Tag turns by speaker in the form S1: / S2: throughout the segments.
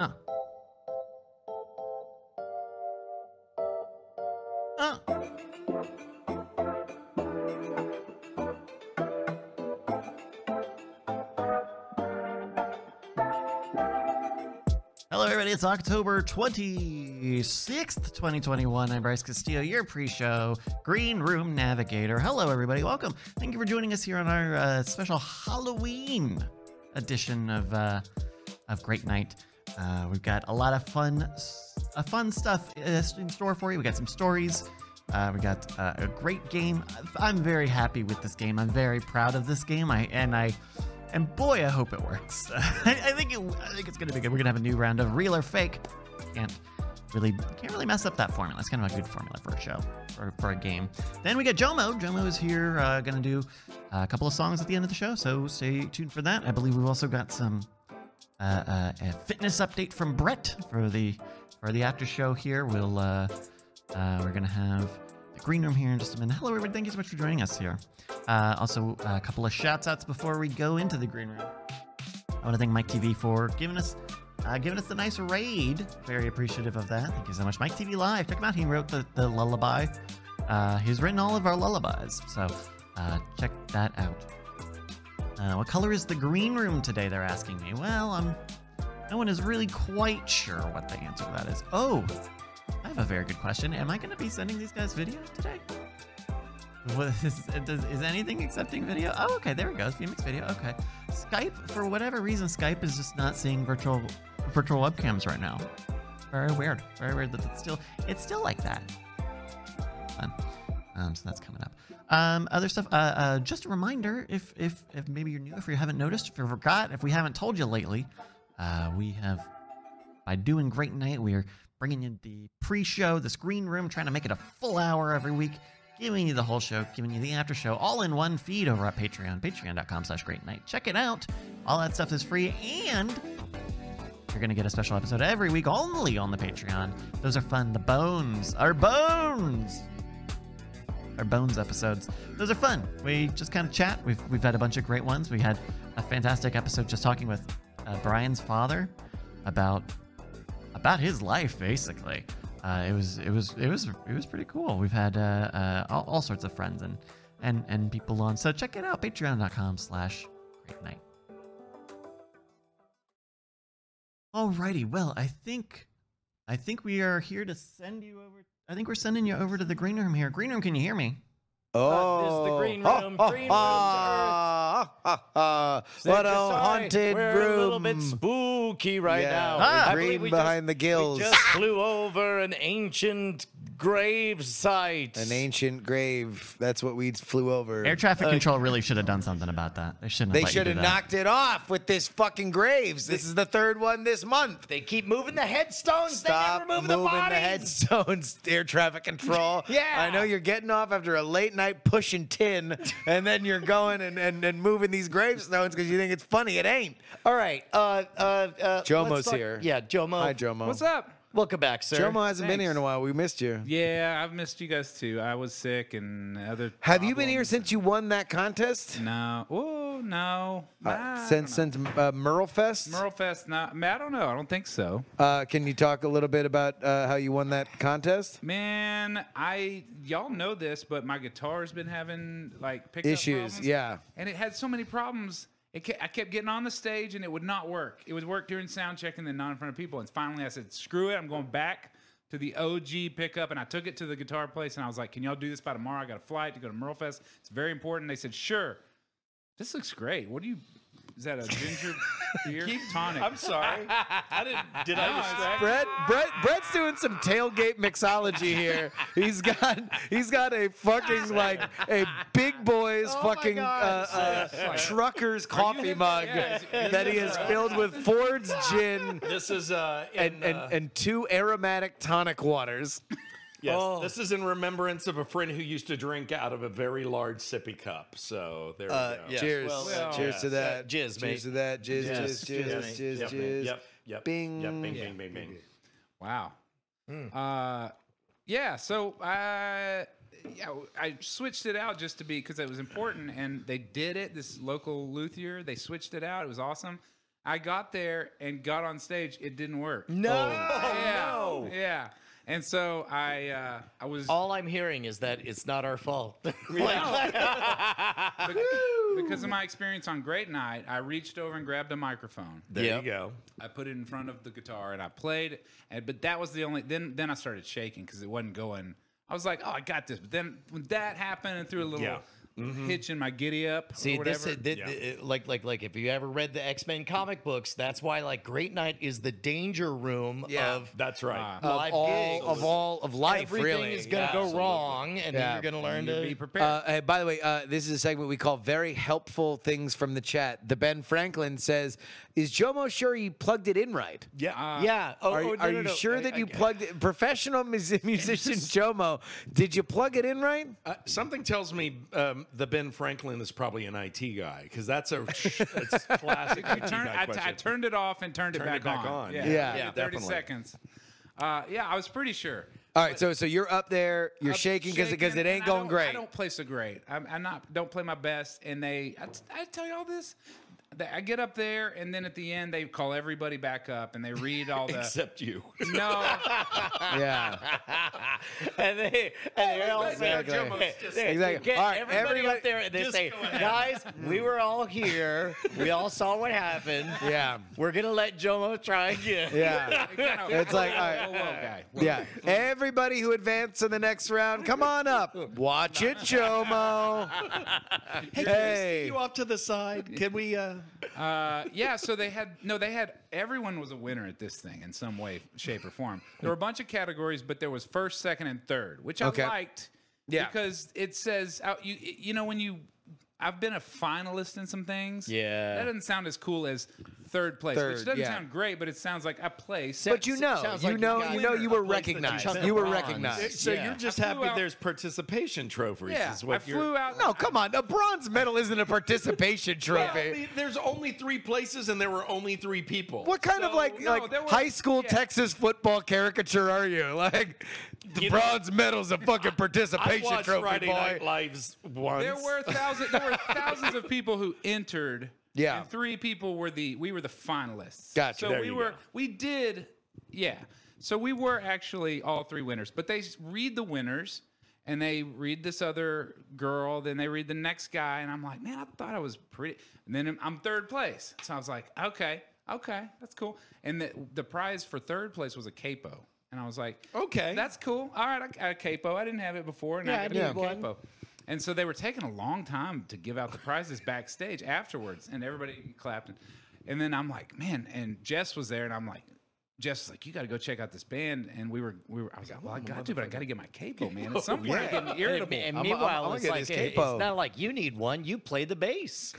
S1: Oh, Hello, everybody. It's October 26th, 2021. I'm Bryce Castillo, your pre show Green Room Navigator. Hello, everybody. Welcome. Thank you for joining us here on our uh, special Halloween edition of, uh, of Great Night. Uh, we've got a lot of fun, s- uh, fun stuff uh, in store for you. We got some stories. Uh, we got uh, a great game. I'm very happy with this game. I'm very proud of this game. I and I and boy, I hope it works. I, I think it, I think it's gonna be good. We're gonna have a new round of real or fake. Can't really can't really mess up that formula. It's kind of a good formula for a show for, for a game. Then we got Jomo. Jomo is here, uh, gonna do a couple of songs at the end of the show. So stay tuned for that. I believe we've also got some uh, uh, a fitness update from Brett for the for the after show here. We'll uh, uh, we're gonna have the green room here in just a minute. Hello, everybody. Thank you so much for joining us here. Uh, also, a couple of shout outs before we go into the green room. I want to thank Mike TV for giving us uh, giving us the nice raid. Very appreciative of that. Thank you so much, Mike TV Live. Check him out. He wrote the, the lullaby. Uh, he's written all of our lullabies, so uh, check that out. Uh, what color is the green room today? They're asking me. Well, I'm. No one is really quite sure what the answer to that is. Oh, I have a very good question. Am I going to be sending these guys video today? What is, does, is anything accepting video? Oh, okay, there it goes. Phoenix video. Okay, Skype for whatever reason, Skype is just not seeing virtual virtual webcams right now. Very weird. Very weird that it's still it's still like that. Fun. Um, so that's coming up. Um, other stuff. Uh, uh, just a reminder, if if if maybe you're new, if you haven't noticed, if you forgot, if we haven't told you lately, uh, we have by doing Great Night, we are bringing you the pre-show, the screen room, trying to make it a full hour every week, giving you the whole show, giving you the after show, all in one feed over at Patreon, patreon.com slash great night. Check it out. All that stuff is free and you're going to get a special episode every week only on the Patreon. Those are fun. The bones are bones. Our bones episodes. Those are fun. We just kind of chat. We've, we've had a bunch of great ones. We had a fantastic episode just talking with uh, Brian's father about about his life basically. Uh, it was it was it was it was pretty cool. We've had uh, uh, all, all sorts of friends and and and people on. So check it out. Patreon.com/slash Great Night. Alrighty, well I think I think we are here to send you over. I think we're sending you over to the green room here. Green room, can you hear me?
S2: Oh,
S3: this is the green
S2: Ha,
S3: room.
S2: ha,
S3: Green room's
S2: ha, ha, ha.
S3: Sick,
S2: What a
S3: sorry.
S2: haunted
S3: We're
S2: room!
S3: a little bit spooky right
S2: Yeah,
S3: now.
S1: Ah.
S3: I believe
S2: green
S3: we
S2: behind the
S3: just,
S2: gills,
S3: we just flew over an ancient grave site.
S2: an ancient grave. That's what we flew over.
S1: Air traffic control really should have done something about that. They shouldn't.
S2: uh, they
S1: let you
S2: should
S1: do
S2: have
S1: that.
S2: knocked it off with this fucking graves. This is the third one this month.
S3: They keep moving the headstones.
S2: Stop
S3: they never move
S2: moving
S3: the bodies.
S2: headstones, air traffic control.
S3: Yeah.
S2: I know you're getting off after a late night pushing tin, and then you're going and, and, and moving these gravestones because you think it's funny. It ain't.
S3: All right. Uh, uh, uh,
S2: Jomo's
S3: let's talk-
S2: here.
S3: Yeah, Jomo.
S2: Hi, Jomo.
S4: What's up?
S3: Welcome back, sir.
S2: Jomo hasn't been
S4: Thanks.
S2: here in a while. We missed you.
S4: Yeah, I've missed you guys too. I was sick and other.
S2: Have you been here
S4: problems.
S2: since you won that contest?
S4: No. Oh no.
S2: Uh,
S4: Nah,
S2: since
S4: I don't
S2: since uh, Merlefest?
S4: know. Merlefest. Not. I don't know. I don't think so.
S2: Uh, can you talk a little bit about uh, how you won that contest?
S4: Man, I y'all know this, but my guitar's been having like pickup
S2: Issues,
S4: problems.
S2: yeah.
S4: And it had so many problems. It ke- I kept getting on the stage and it would not work. It would work during sound check and then not in front of people. And finally, I said, "Screw it! I'm going back." To the OG pickup, and I took it to the guitar place, and I was like, "Can y'all do this by tomorrow? I got a flight to go to Merlefest. It's very important." They said, "Sure." This looks great. What do you? Is that a ginger beer tonic?
S3: I'm sorry. I didn't. Did I distract?
S2: Brett, Brett, Brett's doing some tailgate mixology here. He's got, he's got a fucking like a big boys
S4: Oh
S2: fucking uh, uh, trucker's coffee mug that he has filled with Ford's gin
S3: This is uh, in,
S2: and,
S3: uh,
S2: and, and two aromatic tonic waters.
S3: Yes,
S2: oh.
S3: this is in remembrance of a friend who used to drink out of a very large sippy cup. So there
S2: Uh,
S3: we go.
S2: Cheers.
S3: Well,
S4: Well,
S2: cheers to
S3: yeah.
S2: that.
S3: Uh, jizz,
S2: cheers
S3: mate.
S2: to that. Jizz,
S3: Yes,
S2: jizz,
S3: yes,
S2: jizz, jizz,
S3: yep,
S2: jizz.
S3: Yep, yep.
S2: Bing.
S3: Yep, bing, bing, bing, bing.
S4: Wow. Uh, yeah. So I, yeah, I switched it out just to be because it was important, and they did it. This local luthier, they switched it out. It was awesome. I got there and got on stage. It didn't work.
S3: Oh,
S4: yeah,
S3: no.
S4: Yeah. And so I, uh,
S5: Oh.
S4: I was.
S3: All I'm hearing is that it's not our fault.
S4: No. because of my experience on Great Night, I reached over and grabbed a microphone.
S3: There
S2: Yeah.
S3: you go.
S4: I put it in front of the guitar and I played. And but that was the only. Then then I started shaking because it wasn't going. I was like, oh, I got this. But then when that happened and threw a little
S3: Yeah.
S4: hitch in my giddy up.
S5: See,
S4: or
S5: this
S4: whatever.
S5: is thi-
S3: Yeah.
S5: thi- like like like if you ever read the X Men comic books, that's why like Great Night is the danger room
S4: Yeah.
S5: of
S3: That's right.
S4: Uh,
S5: of
S2: all of all of life.
S5: Everything
S2: really,
S5: is gonna go
S3: Absolutely.
S5: wrong, and
S2: Yeah.
S5: you're gonna learn
S4: You
S5: to
S4: be prepared.
S2: Uh, hey, by the way, uh, this is a segment we call "Very Helpful Things from the Chat." The Ben Franklin says, "Is Jomo sure you plugged it in right?"
S3: yeah.
S4: uh,
S5: Yeah. Oh,
S2: are
S5: oh, no,
S2: are
S5: no,
S2: you
S5: no.
S2: sure
S5: I-
S2: that
S5: I-
S2: you plugged it? Professional mus- musician Jomo, did you plug it in right?
S3: Uh, something tells me um, the Ben Franklin is probably an IT guy because that's a it's classic IT
S4: Turn-
S3: guy
S4: I,
S3: question.
S4: I turned it off and turned,
S3: Turned
S4: it, back
S3: it back
S4: on.
S3: on.
S4: Yeah,
S3: Yeah,
S4: I gave
S2: yeah,
S4: it thirty
S3: definitely.
S4: seconds. Uh, yeah, I was pretty sure.
S2: All right, so so you're up there, you're
S4: Up
S2: shaking because because it
S4: shaking,
S2: ain't
S4: and I
S2: going
S4: don't- I
S2: great.
S4: don't play so great. I'm, I'm not don't play my best, and they I, t- I tell you all this. They- I get up there, and then at the end they call everybody back up, and they read all the
S3: Except you.
S4: no.
S2: Yeah,
S5: and they and they're all
S2: Exactly.
S5: there.
S2: Jomo's
S5: They-
S2: just-
S5: they
S2: Exactly.
S5: Get
S2: All right,
S5: everybody,
S2: everybody-
S5: up there and they
S2: just
S5: say,
S2: go ahead.
S5: guys, we were all here. We all saw what happened.
S2: yeah,
S5: We're gonna let Jomo try again.
S2: yeah.
S4: It kind of-
S2: It's like, all right.
S4: Whoa, whoa, guy. Whoa.
S2: Yeah, everybody who advanced in the next round, come on up. Watch it, Jomo. Hey,
S3: you off to the side. Can we? Uh...
S4: Uh, yeah, so they had no, they had everyone was a winner at this thing in some way, shape, or form. There were a bunch of categories, but there was first, second, and third, which I
S2: Okay.
S4: liked.
S2: Yeah.
S4: because it says out you you know when you. I've been a finalist in some things.
S5: Yeah.
S4: That doesn't sound as cool as third place,
S2: Third,
S4: which doesn't
S2: yeah.
S4: sound great, but it sounds like I placed.
S2: but you know,
S5: Sounds
S2: you
S5: like
S2: know,
S5: you got
S2: you know, you
S5: a
S2: were
S5: place that you
S2: recognized.
S5: took
S2: You were
S5: bronze.
S2: recognized.
S3: Uh, So
S5: Yeah.
S3: you're just
S4: I flew
S3: happy
S4: out-
S3: there's participation trophies.
S4: yeah,
S3: Is what
S4: I
S3: you're...
S4: flew out.
S2: No, come on. A bronze medal isn't a participation
S3: Yeah,
S2: trophy.
S3: I mean, there's only three places and there were only three people.
S2: What kind of
S4: So,
S2: like
S4: no,
S2: like
S4: there were-
S2: high school
S4: yeah.
S2: Texas football caricature are you? Like the
S3: You know-
S2: bronze medal's a fucking
S3: I
S2: participation
S3: watched
S2: trophy,
S3: Friday
S2: boy.
S3: Night Lives once.
S4: There were thousands. There were thousands of people who entered.
S2: Yeah.
S4: and three people were the we were the finalists.
S2: Gotcha.
S4: So
S3: There
S4: we
S3: you
S4: were
S3: go.
S4: we did yeah. So we were actually all three winners, but they s- read the winners and they read this other girl, then they read the next guy, and I'm like, man, I thought I was pretty, and then I'm- I'm third place. So I was like, okay, okay, that's cool. And the the prize for third place was a capo. And I was like,
S3: Okay.
S4: that's cool. All right, I got a capo. I didn't have it before, and
S5: Yeah,
S4: I
S5: I
S4: got a
S5: need one.
S4: capo. And so they were taking a long time to give out the prizes backstage afterwards, and everybody clapped. And, and then I'm like, man, and Jess was there, and I'm like, Jess was like, you got to go check out this band. And we were, we were, I was like, well, I got to, but I got to get my capo, man. At some point, I'm getting
S5: And,
S4: irritable.
S5: and
S2: I'm- I'm-
S5: meanwhile,
S2: I'm
S5: it's
S2: gonna
S5: like
S2: get his
S5: it- it's
S2: capo.
S5: not like you need one. You play the bass.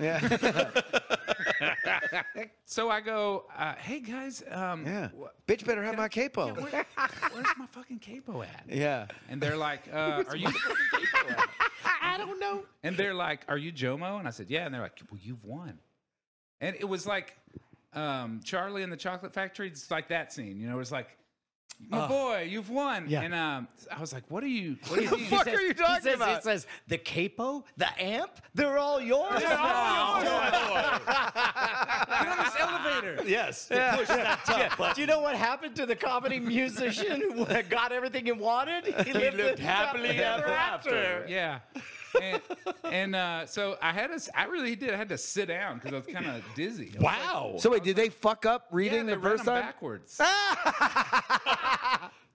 S4: So I go, uh, hey guys, um,
S2: yeah.
S4: wh-
S2: Bitch better have my capo.
S4: where- where's my fucking capo at?
S2: Yeah.
S4: And they're like, uh, are you?
S5: I don't know.
S4: And they're like, "Are you Jomo?" And I said, "Yeah." And they're like, "Well, you've won." And it was like um, Charlie and the Chocolate Factory. It's like that scene, you know. It was like, "My boy, you've won."
S5: Yeah.
S4: And um, I was like, "What are you? What are you?"
S5: He
S4: doing?"
S2: fuck
S5: says-
S2: are you
S5: he
S2: talking
S5: says-
S2: about?
S5: It says the capo, the amp, they're all yours. now."
S4: "Oh, Get on this elevator.
S3: yes.
S5: Do you know what happened to the comedy musician who got everything he wanted? He,
S3: lived happily ever after.
S4: Yeah. And, and uh, so I had to. s- I really did. I had to sit down because I was kind of dizzy. I was like,
S3: Wow.
S2: So wait, did they fuck up
S4: yeah,
S2: reading
S4: they
S2: the
S4: ran
S2: first
S4: 'em
S2: time?
S4: backwards.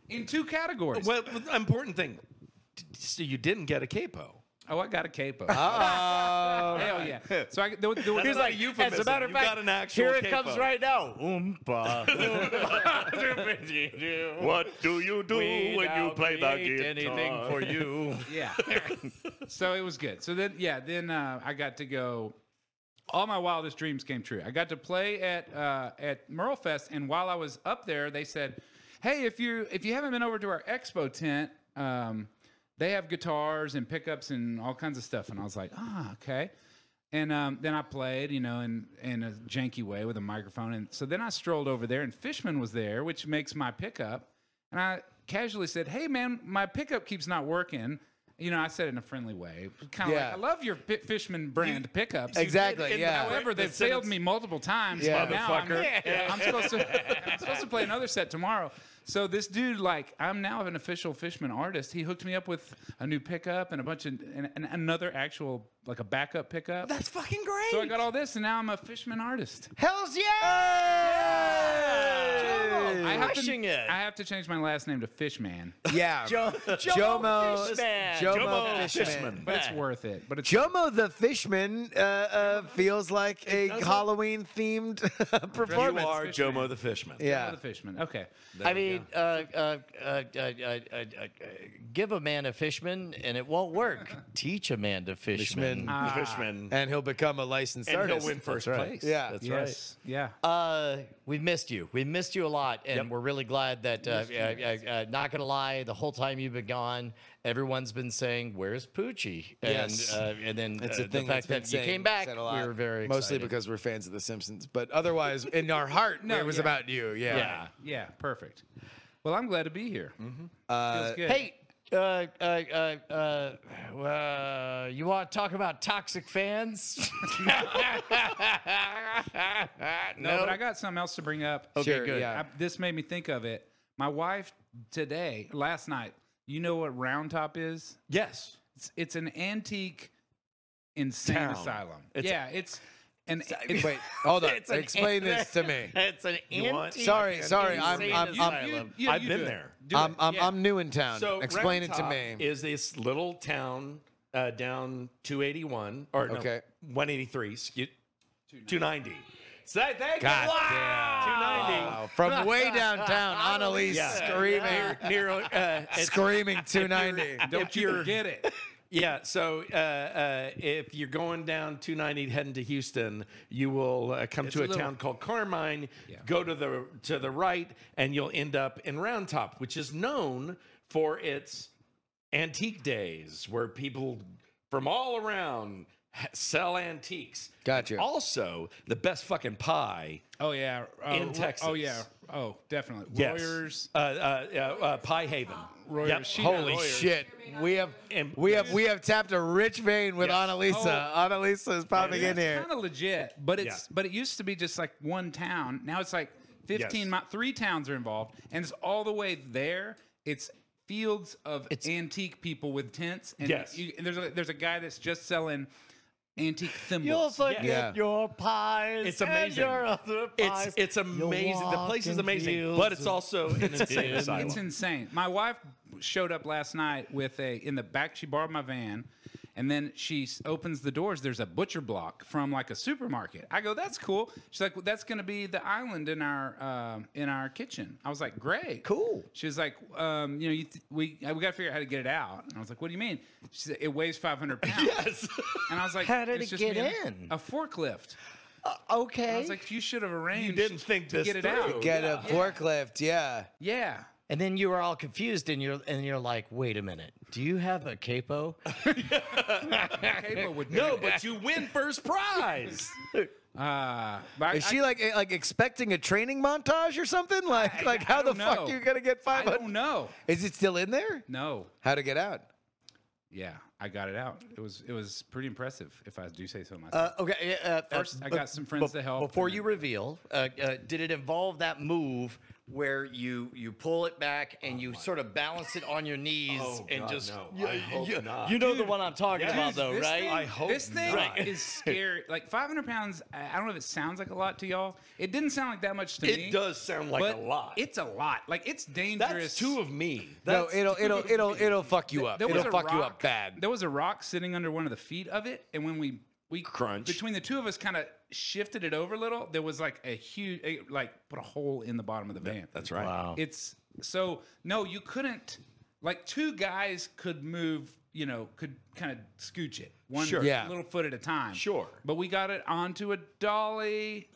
S4: In two categories.
S3: well, important thing. d- So you didn't get a capo.
S4: Oh, I got a capo.
S2: Oh.
S4: Hell yeah. So I, there, was- there was
S3: Here's
S4: like,
S3: like euphemism.
S5: As a matter of
S3: you
S5: fact,
S3: got an actual
S5: here it
S3: capo.
S5: comes right now. Oompa.
S6: What do you do when you play the guitar?
S5: anything for you.
S4: Yeah. so it was good. So then, yeah, then uh, I got to go. All my wildest dreams came true. I got to play at uh, at Merle Fest, and while I was up there, they said, "Hey, if you if you haven't been over to our expo tent, um, they have guitars and pickups and all kinds of stuff." And I was like, "Ah, okay." And um, then I played, you know, in in a janky way with a microphone. And so then I strolled over there, and Fishman was there, which makes my pickup. And I casually said, "Hey, man, my pickup keeps not working." You know, I said it in a friendly way, kind of
S2: Yeah.
S4: like, "I love your Pi Fishman brand pickups."
S2: Exactly,
S4: And
S2: yeah.
S4: However, they've
S3: sentence-
S4: failed me multiple times.
S2: Yeah.
S4: Yeah. Now I'm,
S3: Motherfucker.
S4: I'm supposed to. I'm supposed to play another set tomorrow. So this dude, like, I'm now an official Fishman artist. He hooked me up with a new pickup and a bunch of and, and another actual like a backup pickup.
S2: That's fucking great.
S4: so I got all this, and now I'm a Fishman artist.
S2: Hell's yeah! Oh,
S4: I have, to,
S5: Crushing it.
S4: I have to change my last name to Fishman,
S2: Yeah.
S5: Jo-
S2: Jomo
S5: Jomo Fishman.
S2: Jomo,
S6: Jomo
S2: Fishman.
S6: Fishman.
S4: but it's worth it. But it's
S2: Jomo the Fishman uh, uh, feels like a Halloween themed
S4: You
S2: performance.
S4: are Fishman.
S3: Jomo the Fishman.
S2: Yeah.
S4: the Fishman. Okay.
S5: I mean, uh, uh, uh, uh, uh, uh, uh, give a man a fishman and it won't work. Teach a man to fishman.
S2: Fishman.
S3: The Fishman.
S2: And he'll become a licensed
S3: And
S2: artist.
S3: he'll win first
S2: That's right.
S3: place.
S2: Yeah.
S3: That's right.
S4: yes. Yeah.
S5: Uh, we missed you. We missed you a lot, and we're really glad that. Uh, uh, uh, uh, not gonna lie, the whole time you've been gone, everyone's been saying, "Where's Poochie?" And,
S2: Yes.
S5: uh, and then
S2: It's
S5: uh,
S2: a thing
S5: the fact
S2: that's been
S5: that
S2: saying-
S5: you came back,
S2: said
S5: we
S2: a lot,
S5: were very excited.
S2: mostly because we're fans of The Simpsons, but otherwise in our heart
S4: No,
S2: it was
S4: yeah.
S2: about you. Yeah.
S5: Yeah.
S4: Yeah. Perfect. Well, I'm glad to be here. Feels good.
S5: Hey, uh, uh, uh, uh, uh, you want to talk about toxic fans?
S4: No, but I got something else to bring up.
S5: Okay,
S2: Sure,
S5: good.
S2: yeah.
S4: I, this made me think of it. My wife today, last night, you know what Round Top is?
S3: Yes.
S4: It's, it's an antique insane
S3: Town.
S4: asylum.
S3: It's-
S4: yeah, it's an it's-
S2: Wait, hold on.
S5: an
S2: Explain
S5: an-
S2: this to me.
S5: It's an
S3: You want-
S5: antique.
S2: Sorry, sorry, I'm-
S5: insane
S2: I'm- I'm-
S5: asylum.
S4: yeah,
S3: I've
S4: you
S3: been
S4: do it.
S3: there.
S4: Do it.
S2: I'm, I'm,
S4: Yeah.
S2: I'm new in town.
S3: So
S2: Explain it to
S3: Round
S2: me.
S3: Top Is this little town uh, down 281 or
S2: Okay.
S3: no, 183? Excuse, 290. So that, that
S2: God
S3: wow. 290.
S2: Wow, From way downtown, Annalise
S3: Yeah.
S2: screaming,
S3: Near, uh, it's-
S2: screaming 290.
S4: Don't
S3: if
S4: you
S3: you're-
S4: forget it.
S3: yeah. So uh, uh, if you're going down 290 heading to Houston, you will uh, come
S4: a
S3: to a,
S4: little-
S3: town called Carmine. Go to the to the right, and you'll end up in Round Top, which is known for its antique days, where people from all around ha- sell antiques.
S2: Gotcha.
S3: Also, the best fucking pie
S4: Oh yeah, uh,
S3: In
S4: Ro-
S3: Texas.
S4: Oh yeah. Oh, definitely. Warriors.
S3: Yes. Uh, uh, uh, uh, Pie Haven.
S4: Royers.
S3: Yep.
S4: She-
S2: Holy
S4: Royers.
S2: shit. We have
S3: And-
S2: we have we have tapped a rich vein with
S3: Yes.
S4: Oh.
S2: Annalisa. Annalisa is popping in here.
S4: Kind of legit, but it's
S3: Yeah.
S4: but it used to be just like one town. Now it's like fifteen.
S3: Yes.
S4: Mi- three towns are involved, and it's all the way there. It's fields of antique people with tents, and,
S3: Yes.
S4: you, and there's a, there's a guy that's just selling antique thimbles.
S5: forget
S2: Yeah.
S5: your pies.
S3: It's amazing.
S5: other
S3: It's it's amazing. The place is amazing, but it's also an insane asylum.
S4: It's insane. My wife showed up last night with a in the back. She borrowed my van, and then she s- opens the doors. There's a butcher block from like a supermarket. I go, that's cool. She's like, well, that's going to be the island in our um in our kitchen. I was like, great, cool. She was like, um, you know, you th- we uh, we got to figure out how to get it out. And I was like, what do you mean? She said, it weighs 500 pounds. yes. And I was like,
S5: How did
S4: "It's
S5: it
S4: just
S5: get
S4: me and a-
S5: in?"
S4: A forklift.
S5: okay.
S4: I was like, you should have arranged.
S3: didn't think
S4: to
S3: this
S4: get it
S3: through.
S4: out.
S2: Get a forklift, yeah.
S4: Yeah.
S5: and then you were all confused, and you're and you're like, wait a minute, do you have a capo?
S4: Cable would
S3: No, but you win first prize.
S4: Uh, but I-
S2: Is
S4: I-
S2: she like eh, like expecting a training montage or something? Like like
S4: I
S2: how the
S4: don't
S2: fuck
S4: know.
S2: you gonna get
S4: I don't
S2: 500?
S4: know.
S2: Is it still in there?
S4: No.
S2: How to get out?
S4: Yeah, I got it out. It was it was pretty impressive, if I do say so myself.
S5: Uh, okay. uh, Uh,
S4: First, I got some friends to help.
S5: Before
S4: and
S5: you
S4: then-
S5: reveal, uh, uh, did it involve that move where you you pull it back and you sort of balance it on your knees
S3: Oh,
S5: and
S3: God,
S5: just
S3: no.
S5: you,
S3: I hope
S5: you-
S3: not.
S5: you know the one I'm talking
S3: Yeah.
S5: about though,
S4: this
S5: right?
S4: Thing,
S3: I hope
S4: this thing
S3: not.
S4: is scary. Like 500 pounds. I I don't know if it sounds like a lot to y'all. It didn't sound like that much to me.
S3: It does sound like
S4: but
S3: a lot.
S4: It's a lot. Like it's
S3: That's
S4: dangerous.
S3: two of me.
S2: No,
S3: That's
S2: it'll it'll it'll it'll fuck you up.
S4: There was
S2: It'll
S4: a
S2: fuck you up
S4: rock-
S2: bad.
S4: There was a rock sitting under one of the feet of it, and when we we
S3: Crunch.
S4: between the two of us, kind of shifted it over a little. There was like a huge, it, like put a hole in the bottom of the van.
S3: that's right.
S4: It's so no, you couldn't. Like two guys could move, you know, could kind of scooch it one
S3: Sure.
S2: Yeah.
S4: little foot at a time.
S3: Sure.
S4: But we got it onto a dolly.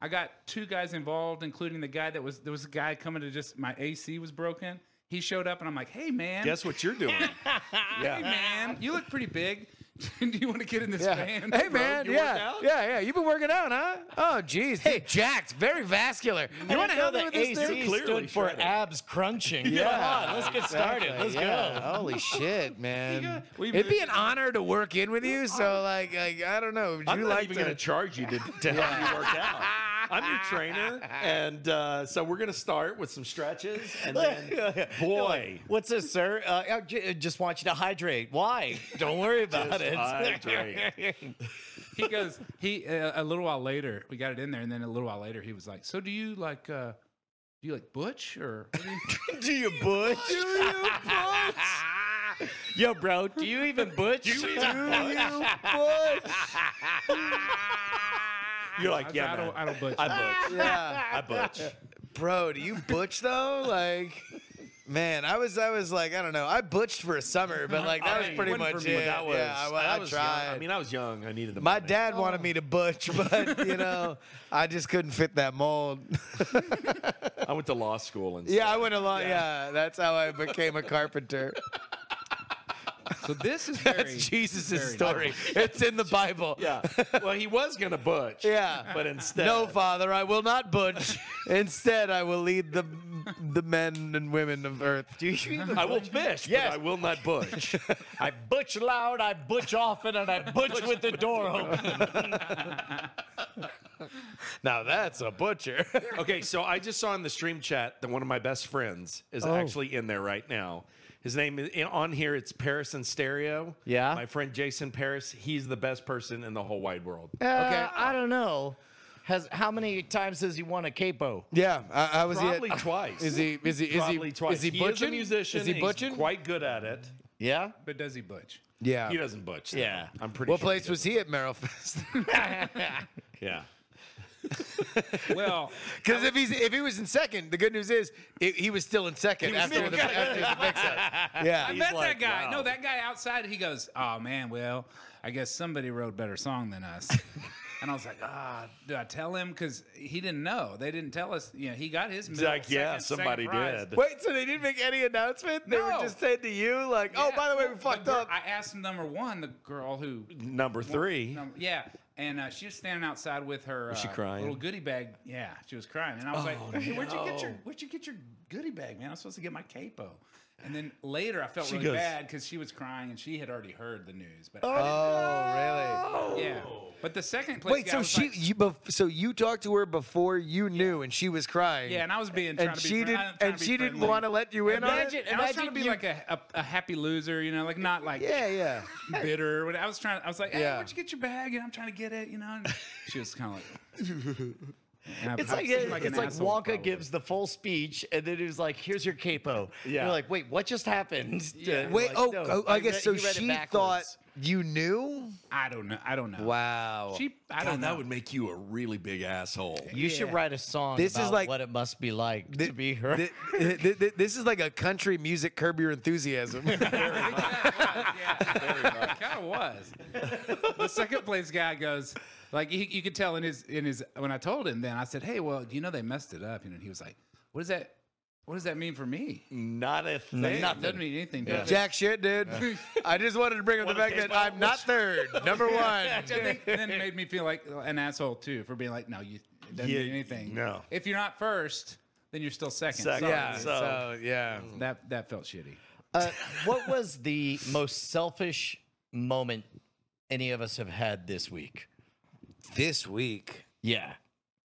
S4: I got two guys involved, including the guy that was there was a guy coming to just my AC was broken. He showed up and I'm like, hey man,
S3: Guess what you're doing?
S4: hey man, you look pretty big. Do you want to get in this
S2: Yeah.
S4: van?
S2: Hey
S4: bro?
S2: man,
S4: You work
S2: yeah,
S4: out?
S2: yeah, yeah. You've been working out, huh? Oh, geez, hey, jacked, very vascular. You want to
S5: know
S2: help me
S5: the
S2: with this?
S5: AC
S2: dude?
S3: Clearly
S5: stood for
S3: shredded.
S5: abs crunching. Come on, let's get started.
S2: Exactly,
S5: Let's
S2: yeah.
S5: go.
S2: Holy shit, man!
S4: We've
S2: It'd be
S4: been-
S2: an honor to work in with you. So, like, like I don't know. Would
S3: I'm
S2: you
S3: not
S2: like
S3: even
S2: to?
S3: going to charge you to, to help you work out. I'm your trainer, and uh, so we're gonna start with some stretches, and then boy,
S5: What's this, sir? Uh, I ju- just want you to hydrate. Why? Don't worry about it.
S3: hydrate.
S4: he goes he uh, a little while later we got it in there and then a little while later he was like so do you like uh do you like butch or what do you-"
S5: do you butch? Do you butch? Yo, bro, do you even butch? Do you butch?
S3: you're
S4: I,
S3: like,
S4: was like,
S3: yeah,
S4: I
S3: man,
S4: don't I don't butch
S3: I butch.
S2: Yeah.
S3: I butch.
S2: Bro, do you butch though? Like Man, I was I was like I don't know I butched for a summer, but like that was
S3: Hey,
S2: pretty
S3: it wasn't
S2: much
S3: for me.
S2: it.
S3: That was,
S2: yeah, I, I,
S3: was young.
S2: tried.
S3: I mean, I was young. I needed the
S2: My
S3: money.
S2: dad wanted me to butch, but you know, I just couldn't fit that mold.
S3: I went to law school and
S2: yeah, I went along. Yeah. that's how I became a carpenter.
S4: so this is very
S2: That's Jesus'
S4: very
S2: story. It's in the Bible.
S3: yeah. Well, he was gonna butch.
S2: Yeah.
S3: But instead,
S2: No, Father, I will not butch. Instead, I will lead the the men and women of earth.
S5: Do you even
S3: I will fish,
S5: Yes.
S3: but I will not butch.
S5: I butch loud, I butch often, and I butch with the door open.
S2: Now that's a butcher.
S3: okay, so I just saw in the stream chat that one of my best friends is
S5: Oh.
S3: actually in there right now. His name is on here. It's Paris and Stereo.
S5: Yeah.
S3: my friend Jason Paris. He's the best person in the whole wide world.
S5: okay, I don't know. Has how many times has he won a capo?
S2: yeah, I, I was
S3: Probably
S2: yeah,
S3: twice.
S2: Is he? Is he? Is
S3: Probably
S2: he?
S3: twice.
S2: Is he
S3: He
S2: butching?
S3: is a musician.
S2: Is he
S3: He's
S2: butching?
S3: quite good at it.
S5: Yeah.
S4: but does he butch
S2: yeah.
S3: He doesn't butch. though.
S5: Yeah.
S3: I'm pretty.
S2: What
S3: sure
S2: place was he at Merrill Fest?
S3: doesn't. Yeah,
S4: well
S2: Because if he's if he was in second, the good news is it, he was still in second after the, after the mix-up.
S4: I
S2: Yeah,
S4: met
S3: like,
S4: that guy
S3: wow.
S4: no that guy outside he goes oh man well I guess somebody wrote a better song than us. And I was like, ah, do I tell him? Because he didn't know. They didn't tell us. You know, he got his. Middle,
S3: like, yeah,
S4: second- second
S3: somebody
S4: prize.
S3: did.
S2: Wait, so they didn't make any announcement? They were
S4: No.
S2: just saying to you, like, oh,
S4: Yeah,
S2: by the way, we
S4: well,
S2: fucked
S4: girl-
S2: up.
S4: I asked number one, the girl who
S3: number three.
S4: Um, yeah, and uh, she was standing outside with her
S3: she
S4: uh,
S3: crying?
S4: little goodie bag. Yeah, she was crying, and I was
S2: Oh,
S4: like, hey, "Where'd you get your Where'd you get your goodie bag, man? I'm supposed to get my capo." And then later, I felt really
S3: goes-
S4: bad because she was crying and she had already heard the news. But
S2: oh, really?
S4: yeah, but the second place,
S2: Wait,
S4: guy
S2: so
S4: was
S2: she,
S4: like-
S2: you, bef- so you talked to her before you knew, and she was crying.
S4: yeah, and I was being trying
S2: and
S4: to be
S2: she
S4: fri-
S2: didn't,
S4: I'm trying
S2: and
S4: to be
S2: she didn't
S4: friendly.
S2: want to let you in
S4: Imagine,
S2: on it.
S4: and I was trying to be
S2: you-
S4: like a, a, a happy loser, you know, like not like
S2: yeah, yeah.
S4: bitter. or whatever. I was trying. I was like, "Hey,
S2: Yeah.
S4: where'd you get your bag?" And I'm trying to get it, you know. And she was kind of like, And I-
S5: It's
S4: I
S5: like, uh,
S4: seemed an
S5: it's like
S4: asshole,
S5: Wonka
S4: probably.
S5: gives the full speech, and then he's like, "Here's your capo."
S3: Yeah.
S5: You're like, "Wait, what just happened?"
S4: Yeah.
S5: You're
S2: Wait,
S5: like,
S2: oh,
S5: "No,
S2: oh, I
S5: you
S2: guess
S5: read-
S2: so.
S5: you read it
S2: She thought
S5: backwards."
S2: you knew.
S4: I don't know. I don't know.
S2: Wow.
S4: She, I don't
S3: God,
S4: know.
S3: that would make you a really big asshole.
S5: You should
S4: Yeah.
S5: write a song.
S2: This is
S5: about
S2: like-
S5: what it must be like
S2: Thi-
S5: to be her.
S2: thi- thi- thi- thi- this is like a country music curb your enthusiasm.
S4: yeah, kind of was. The second place guy goes, like he, you could tell in his in his when I told him then I said, hey, well, you know they messed it up, you know. And he was like, what does that? What does that mean for me?
S3: Not a thing.
S4: It doesn't mean anything. does it?
S2: Jack shit, dude. I just wanted to bring up the fact that I'm not third, number one.
S4: Which I think then made me feel like an asshole too for being like, no, you it doesn't
S3: Yeah,
S4: mean anything.
S3: no.
S4: if you're not first, then you're still second.
S3: Second.
S4: Sorry.
S2: Yeah,
S3: So-
S2: so yeah.
S4: that that felt shitty.
S5: Uh, what was the most selfish moment any of us have had this week?
S2: This week,
S5: Yeah.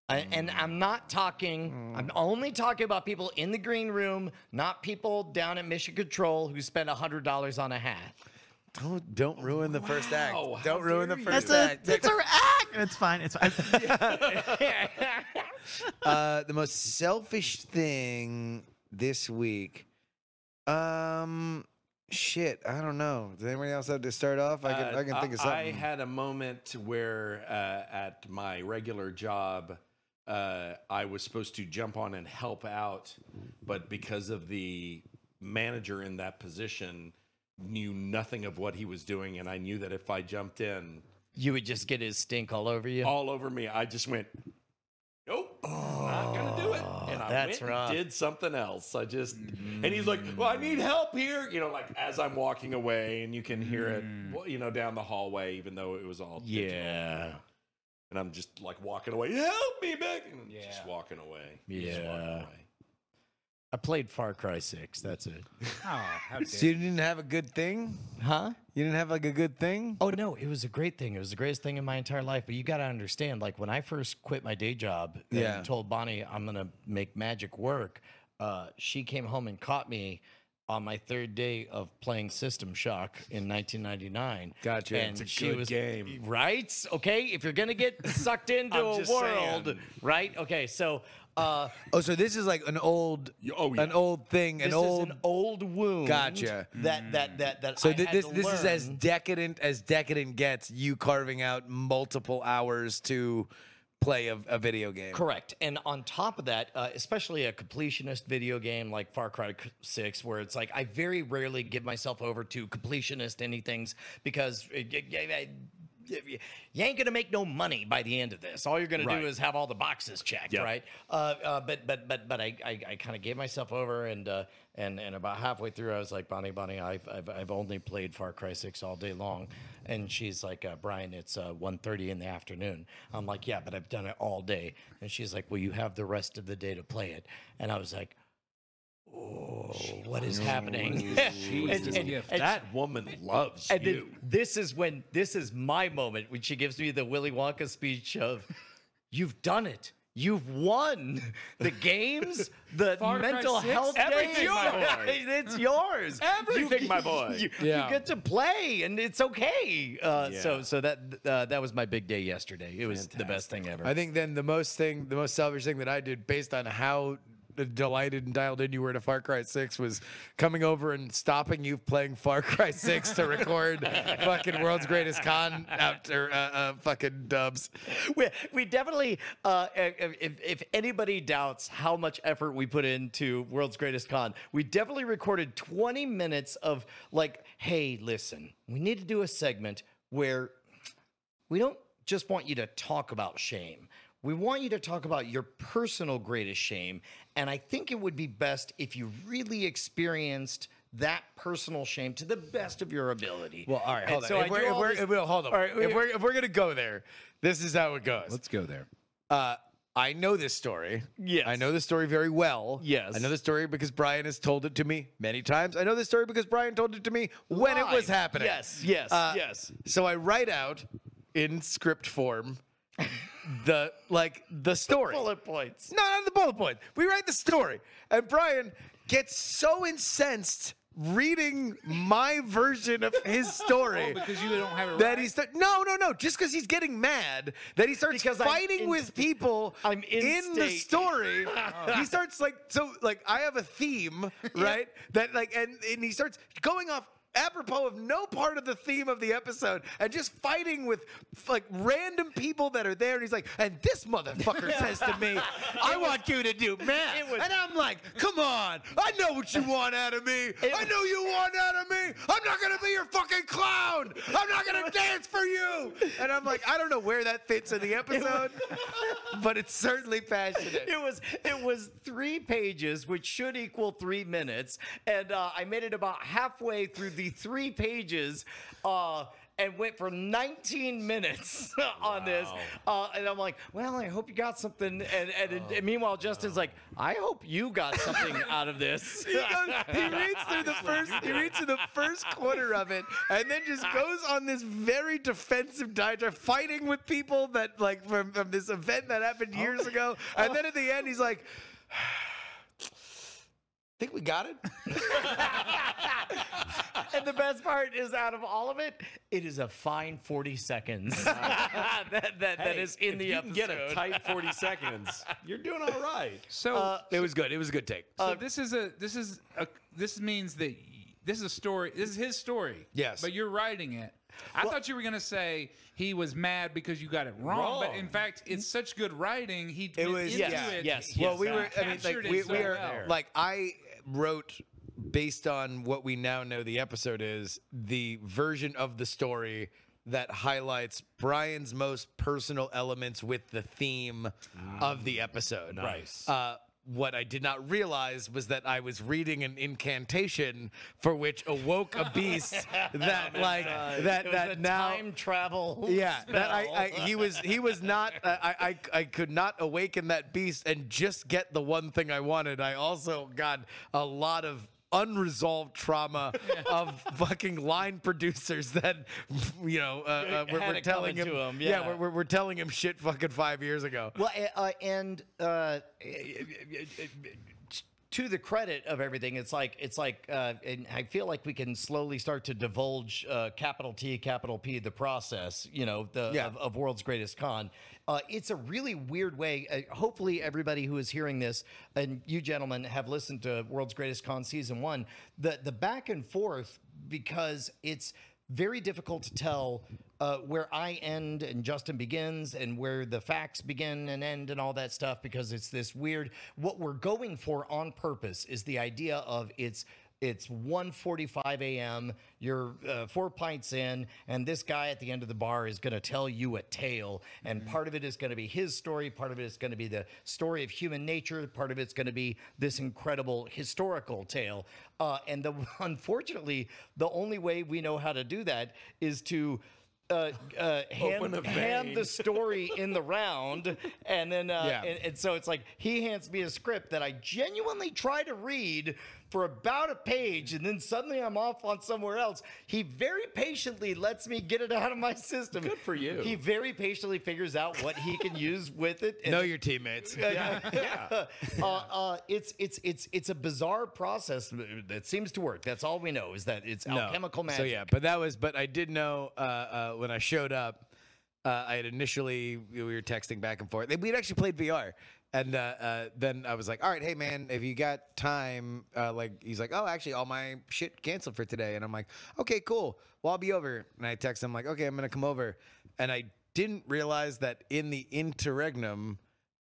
S5: I, and I'm not
S4: Mm.
S5: talking, I'm only talking about people in the green room, not people down at Mission Control who spent $100 on a hat.
S2: don't don't ruin the first act. Don't ruin the
S1: That's
S2: first
S1: a
S2: act.
S1: that's our act. It's fine. It's fine.
S2: Uh, the most selfish thing this week. Um, shit. I don't know. Does anybody else have to start off? I can I can
S3: Uh,
S2: think of
S3: I
S2: something.
S3: had a moment where uh, at my regular job, uh, I was supposed to jump on and help out, but because of the manager in that position, knew nothing of what he was doing, and I knew that if I jumped in,
S5: You would just get his stink all over you.
S3: all over me, I just went. Nope, not gonna do it. And I
S5: Oh, that's
S3: went and
S5: rough. Mm.
S3: did something else. I just and he's like, "Well, I need help here," you know, like as I'm walking away, and you can hear it, well, you know, down the hallway, even though it was all digital.
S5: Mm. yeah.
S3: and I'm just like walking away. Help me back! And I'm just
S4: Yeah.
S3: walking away. Just walking
S5: Yeah.
S3: away.
S5: I played Far Cry 6. That's it.
S4: Oh, how dare
S2: So you didn't have a good thing?
S5: Huh?
S2: You didn't have like a good thing?
S5: Oh no, it was a great thing. It was the greatest thing in my entire life. But you got to understand, like when I first quit my day job and
S2: Yeah.
S5: told Bonnie I'm gonna make magic work, uh, she came home and caught me on my third day of playing System Shock in 1999.
S2: Gotcha.
S5: And
S2: It's a
S5: she
S2: good
S5: was
S2: game.
S5: right? Okay, if you're gonna get sucked into a
S3: just
S5: world,
S3: saying.
S5: right? Okay, so. Uh,
S2: Oh, so this is like an old,
S3: oh, yeah.
S2: an old thing, an
S5: this
S2: old.
S5: is an old wound.
S2: Gotcha.
S5: That that that that.
S2: so
S5: I
S2: thi-
S5: had
S2: this
S5: to
S2: this is as
S5: learn.
S2: decadent as decadent gets. You carving out multiple hours to play a, a video game.
S5: Correct. And on top of that, uh, especially a completionist video game like Far Cry 6, where it's like I very rarely give myself over to completionist anythings because uh, y- y- y- you ain't gonna make no money by the end of this. All you're gonna do is have all the boxes checked, right? Uh, uh, but but but but I I, I kind of gave myself over, and uh, and and about halfway through, I was like, Bonnie, Bonnie, I've I've, I've only played Far Cry Six all day long, and she's like, uh, Brian, it's uh, 1.30 in the afternoon. I'm like, yeah, but I've done it all day, and she's like, well, you have the rest of the day to play it, and I was like. Oh, what is happening? And-
S4: Jesus.
S5: and-
S4: Gift.
S5: and-
S3: that woman loves
S5: and
S3: you.
S5: then this is when this is my moment when she gives me the Willy Wonka speech of, "You've done it. You've won the games, the
S4: Far Cry
S5: mental
S4: 6?
S5: health.
S3: Everything,
S5: days.
S3: my boy.
S5: it's yours.
S3: Everything,
S5: You-
S3: my boy.
S5: You,
S4: Yeah.
S5: you get to play, and it's okay. Uh, So,
S3: Yeah.
S5: so that uh, that was my big day yesterday. It was the best thing ever.
S2: I think then the most thing, the most selfish thing that I did, based on how d- delighted and dialed in you were to Far Cry Six, was coming over and stopping you playing Far Cry Six to record fucking World's Greatest Con out or uh, uh, fucking dubs.
S5: we, we definitely, uh, if, if- if anybody doubts how much effort we put into World's Greatest Con, we definitely recorded 20 minutes of like, hey, listen, we need to do a segment where we don't just want you to talk about shame. We want you to talk about your personal greatest shame. And I think it would be best if you really experienced that personal shame to the best of your ability.
S2: Well, all right,
S5: And
S2: hold
S5: so
S2: on.
S5: I
S2: If
S5: do
S2: we're, if
S5: all
S2: we're,
S5: this-
S2: if we- hold on.
S5: All right,
S2: if we're if we're gonna go there, this is how it goes.
S4: Let's go there.
S2: Uh, I know this story.
S5: Yes.
S2: I know this story very well.
S5: Yes.
S2: I know the story because Brian has told it to me many times. I know this story because Brian told it to me when it was
S5: Live.
S2: happening.
S5: Yes, yes,
S2: Uh,
S5: yes.
S2: So I write out in script form the like the story.
S5: Bullet points.
S2: No, not the bullet point. We write the story. And Brian gets so incensed reading my version of his story
S4: Because you don't have it
S2: that
S4: right.
S2: he's th- no no no just because he's getting mad that he starts
S5: Because I'm
S2: fighting
S5: in-
S2: with people
S5: I'm in
S2: the
S5: state.
S2: story he starts like so like i have a theme right that like and, and he starts going off apropos of no part of the theme of the episode and just fighting with like random people that are there and he's like and this motherfucker says to me i want you to do math
S5: it was-
S2: and i'm like come on i know what you want out of me i know you want out of me i'm not gonna be your fucking clown i'm not gonna dance for you and i'm like i don't know where that fits in the episode but it's certainly passionate
S5: it was it was three pages, which should equal three minutes, and uh, I made it about halfway through the three pages, uh, and went for 19 minutes on this, uh, and I'm like, well, I hope you got something, and and, and meanwhile, Justin's like, I hope you got something out of this.
S2: he, goes, he reads through the first he reads through the first quarter of it and then just goes on this very defensive diatribe fighting with people that like from, from this event that happened years ago and then at the end he's like think we got it
S5: and the best part is, out of all of it, it is a fine 40 seconds that that, that
S3: Hey,
S5: is in
S3: if
S5: the
S3: you
S5: episode.
S3: can get a tight 40 seconds. You're doing all right.
S4: so
S2: it was good it was a good take
S4: So this is a this is a this means that y- this is a story. This is his story.
S2: Yes.
S4: but you're writing it. I thought you were gonna say he was mad because you got it wrong, but in
S3: Wrong.
S4: fact, it's such good writing. He
S2: It
S4: went
S2: was
S4: into
S5: yes,
S4: it.
S5: yes,
S2: Well,
S5: yes,
S2: we
S5: uh,
S2: were. I mean, like
S4: captured it
S2: we,
S4: so
S2: we are.
S4: well.
S2: Like I wrote based on what we now know the episode is the version of the story that highlights Brian's
S5: Mm.
S2: most personal elements with the theme of the episode.
S3: Nice.
S2: Uh, what I did not realize was that I was reading an incantation for which awoke a beast that like that
S5: It was a
S2: that now
S5: time travel.
S2: yeah,
S5: spell.
S2: that I, I, he was he was not. uh, I, I- I I could not awaken that beast and just get the one thing I wanted. I also got a lot of unresolved trauma of fucking line producers that you know uh, uh, we're,
S5: Had
S2: we're
S5: it
S2: telling him
S5: coming to him, yeah.
S2: we're, we're, we're telling him shit fucking five years ago
S5: Well, a- uh, and uh, to the credit of everything, it's like it's like, uh, and I feel like we can slowly start to divulge uh, capital T, capital P, the process, you know, the
S2: Yeah.
S5: of, of world's greatest con. Uh, it's a really weird way. Uh, hopefully, everybody who is hearing this and you gentlemen have listened to World's Greatest Con season one. The the back and forth because it's very difficult to tell uh, where I end and Justin begins and where the facts begin and end and all that stuff because it's this weird. What we're going for on purpose is the idea of it's. It's 1:45 a.m. You're uh, four pints in, and this guy at the end of the bar is going to tell you a tale. And part of it is going to be his story. Part of it is going to be the story of human nature. Part of it's going to be this incredible historical tale. Uh, and the unfortunately, the only way we know how to do that is to. Uh, uh, hand,
S3: a
S5: hand the
S3: vein.
S5: story in the round, and then uh,
S2: Yeah.
S5: and- and so it's like he hands me a script that I genuinely try to read for about a page, and then suddenly I'm off on somewhere else. He very patiently lets me get it out of my system. Good
S3: for you.
S5: He very patiently figures out what he can use with it. and
S2: know your teammates
S5: yeah. Uh, uh, it's it's it's it's a bizarre process that seems to work. That's all we know is that it's alchemical magic.
S2: So yeah, but that was. But I did know uh, uh, when I showed up. Uh, I had initially we were texting back and forth. We'd actually played VR, and uh, uh, then I was like, "All right, hey man, if you got time?" Uh, like he's like, "Oh, actually, all my shit canceled for today," and I'm like, "Okay, cool. Well, I'll be over." And I text him like, "Okay, I'm gonna come over," and I didn't realize that in the interregnum,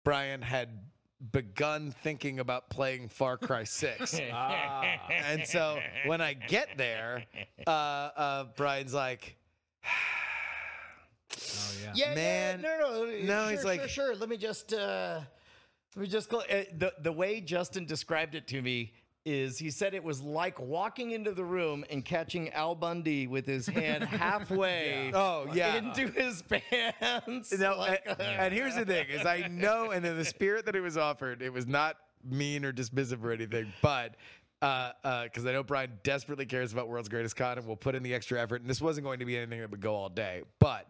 S2: Brian had begun thinking about playing Far Cry Six. And so when I get there, uh, uh, Brian's like,
S5: yeah,
S2: Man.
S5: Yeah, no, no,
S2: No,
S5: Sure,
S2: he's like-
S5: sure, sure. Let me just, uh, let me just go. Uh, the the way Justin described it to me is he said it was like walking into the room and catching Al Bundy with his hand halfway.
S2: Oh, yeah.
S5: into his pants.
S2: no.
S5: Like,
S2: and,
S5: uh,
S2: and here's the thing: is I know, and in the spirit that it was offered, it was not mean or dismissive or anything, but. Because uh, 'cause I know Brian desperately cares about World's Greatest Con and will put in the extra effort. And this wasn't going to be anything that would go all day. But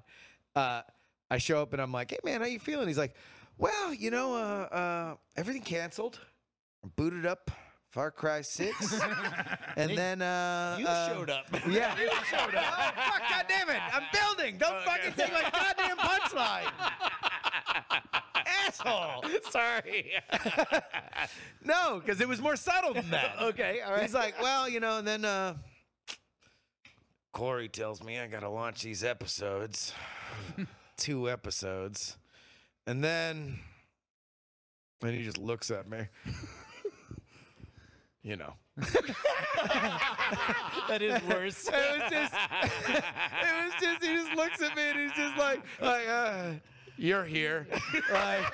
S2: uh, I show up and I'm like, hey, man, how you feeling? He's like, well, you know, uh, uh, everything canceled. I booted up Far Cry 6. and then. Uh,
S5: you
S2: uh,
S5: showed up.
S2: Yeah. You showed up. Oh, fuck, God damn it. I'm building. Don't fucking take my goddamn punchline. Asshole.
S5: Sorry.
S2: No, because it was more subtle than that.
S5: okay. All right.
S2: He's like, well, you know, and then uh, Corey tells me I got to launch these episodes, two episodes, and then, and he just looks at me. you know,
S5: that is worse.
S2: it was just, it was just, he just looks at me and he's just like, like, uh, you're here, like.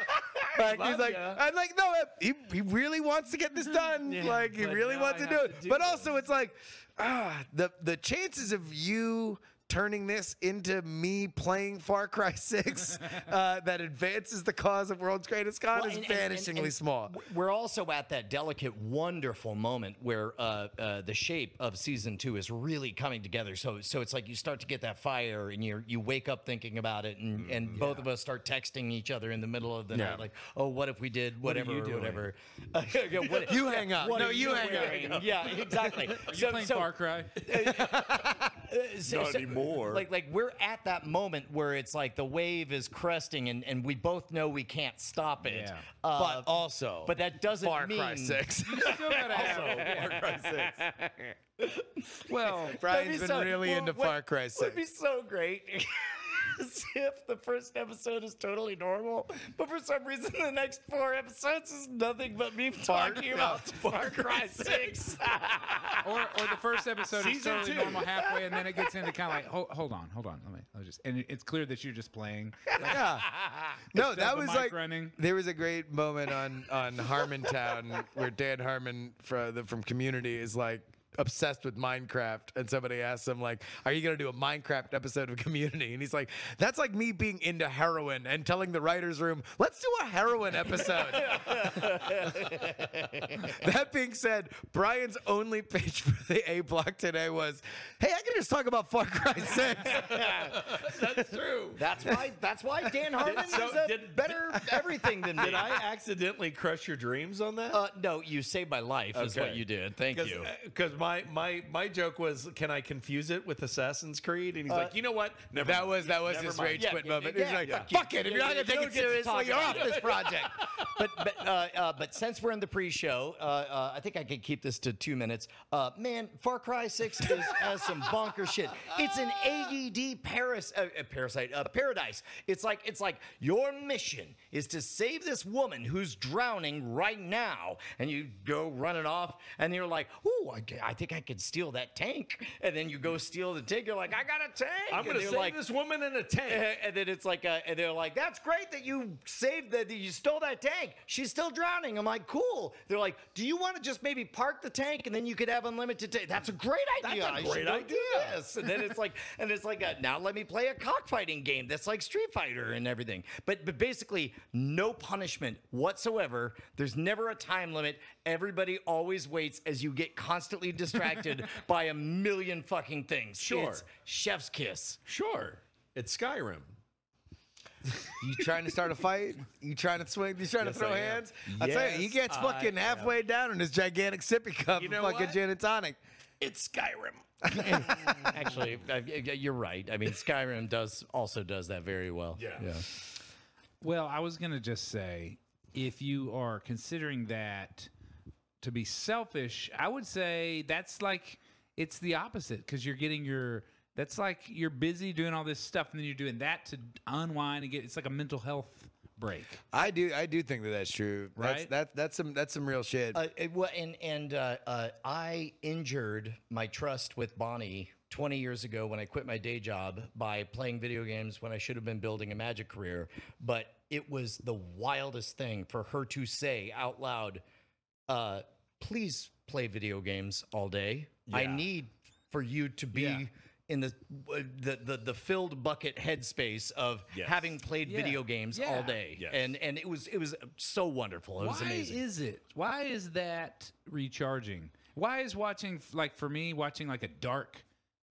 S2: Like he's like, I'm like, no, he, he really wants to get this done. like he
S5: but
S2: really
S5: now
S2: wants
S5: I
S2: to do
S5: have
S2: it.
S5: to do
S2: but also, it's like, ah, the the chances of you turning this into me playing Far Cry Six uh, that advances the cause of world's greatest con
S5: Well,
S2: is
S5: and- and- and-
S2: vanishingly
S5: and
S2: small.
S5: w- We're also at that delicate, wonderful moment where uh, uh, the shape of season two is really coming together. So, so it's like you start to get that fire, and you you wake up thinking about it, and,
S2: Mm,
S5: and both of us start texting each other in the middle of the night, like, "Oh, what if we did whatever, or whatever?" Yeah, what-
S2: You hang up.
S5: what
S2: No,
S5: if
S2: you hang up.
S5: wearing? Yeah, exactly.
S4: You playing Far Cry?
S5: so- so-
S6: Not anymore.
S5: Like like we're at that moment where it's like the wave is cresting, and, and we both know we can't stop it.
S4: Yeah.
S5: Uh,
S2: But also,
S5: but that doesn't
S2: Far
S5: mean
S2: Cry Six.
S4: Still gotta have.
S2: Far Cry Six.
S4: Well,
S2: Brian's been
S5: That'd be so-
S2: really
S5: well,
S2: into
S5: what-
S2: Far Cry
S5: Would be
S2: Six.
S5: so great. as if the first episode is totally normal, but for some reason the next four episodes is nothing but me talking about Far Cry Six.
S4: or, or the first episode is
S3: Season
S4: totally
S3: two.
S4: normal halfway, and then it gets into kind of like, hold, hold on, hold on, let me, let me just, and it- it's clear that you're just playing.
S2: Yeah. No,
S4: of
S2: that
S4: the
S2: was
S4: mic
S2: like
S4: running.
S2: there was a great moment on on Harmontown where Dan Harmon from the, from Community is like obsessed with Minecraft and somebody asks him like are you going to do a Minecraft episode of Community and he's like that's like me being into heroin and telling the writers room let's do a heroin episode. that being said, Brian's only pitch for the A block today was hey, I can just talk about Far Cry 6.
S3: That's true.
S5: That's why. That's why Dan Harmon
S3: so
S5: is a
S3: did-
S5: better everything than me.
S3: Did I accidentally crush your dreams on that?
S5: Uh, no, you saved my life. Is what
S3: Okay.
S5: you did. Thank you.
S3: Because uh, my, my my joke was, can I confuse it with Assassin's Creed? And he's like, you know what? Never.
S2: That
S3: mind."
S2: was that was
S3: Never
S2: his
S3: mind.
S2: rage
S5: Uh, Yeah,
S2: quit
S5: yeah,
S2: moment.
S5: yeah,
S2: He's like,
S5: yeah.
S2: "Fuck it! If you're not
S5: Yeah,
S2: gonna take
S5: you
S2: it
S5: do is
S2: seriously,
S5: talk
S2: you're off
S5: about it.
S2: this project."
S5: but but, uh, uh, but since we're in the pre-show, uh, uh, I think I could keep this to two minutes. Uh, man, Far Cry Six is, has some bonker shit. It's an ADD paras- uh, uh, parasite uh, paradise. It's like it's like your mission is to save this woman who's drowning right now, and you go running off, and you're like, "Ooh, I, I think I could steal that tank," and then you go steal the tank. You're like, "I got a tank."
S3: I'm
S5: And
S3: going to
S5: you're
S3: save this woman in a tank.
S5: and then it's like, uh, and they're like, "That's great that you saved that you stole that tank. She's still drowning." I'm like, "Cool." They're like, "Do you want to just maybe park the tank and then you could have unlimited tank?" That's a great idea.
S3: a
S5: I should
S3: great
S5: go do
S3: idea.
S5: this. And then it's like, and it's like, uh, now let me play a cockfighting game that's like Street Fighter and everything. But but basically, no punishment whatsoever. There's never a time limit. Everybody always waits as you get constantly distracted by a million fucking things.
S3: Sure.
S5: It's chef's kiss.
S3: Sure, it's Skyrim.
S2: You trying to start a fight? You trying to swing? You trying
S3: Yes,
S2: to throw
S3: I am.
S2: hands? I tell you, he
S3: Yes,
S2: gets
S3: I
S2: fucking
S3: am.
S2: halfway down in his gigantic sippy cup
S3: You
S2: of
S3: know
S2: fucking
S3: what?
S2: gin and tonic.
S3: It's Skyrim.
S5: Actually, uh, y- y- you're right. I mean, Skyrim does also does that very well.
S3: yeah.
S4: Well, I was gonna just say, if you are considering that to be selfish, I would say that's like it's the opposite because you're getting your that's like you're busy doing all this stuff and then you're doing that to unwind and get it's like a mental health break.
S2: I do, I do think that that's true. That's,
S4: Right?
S2: that, that's some that's some real shit.
S5: Uh, it- well, and and uh, uh, I injured my trust with Bonnie 20 years ago when I quit my day job by playing video games when I should have been building a magic career. But it was the wildest thing for her to say out loud. Uh, please play video games all day. I need for you to be. In the, uh, the the the filled bucket headspace of having played video games all
S4: Yeah.
S5: day, and and it was it was so wonderful. It was
S4: Why
S5: amazing.
S4: is it? Why is that recharging? Why is watching like for me watching like a dark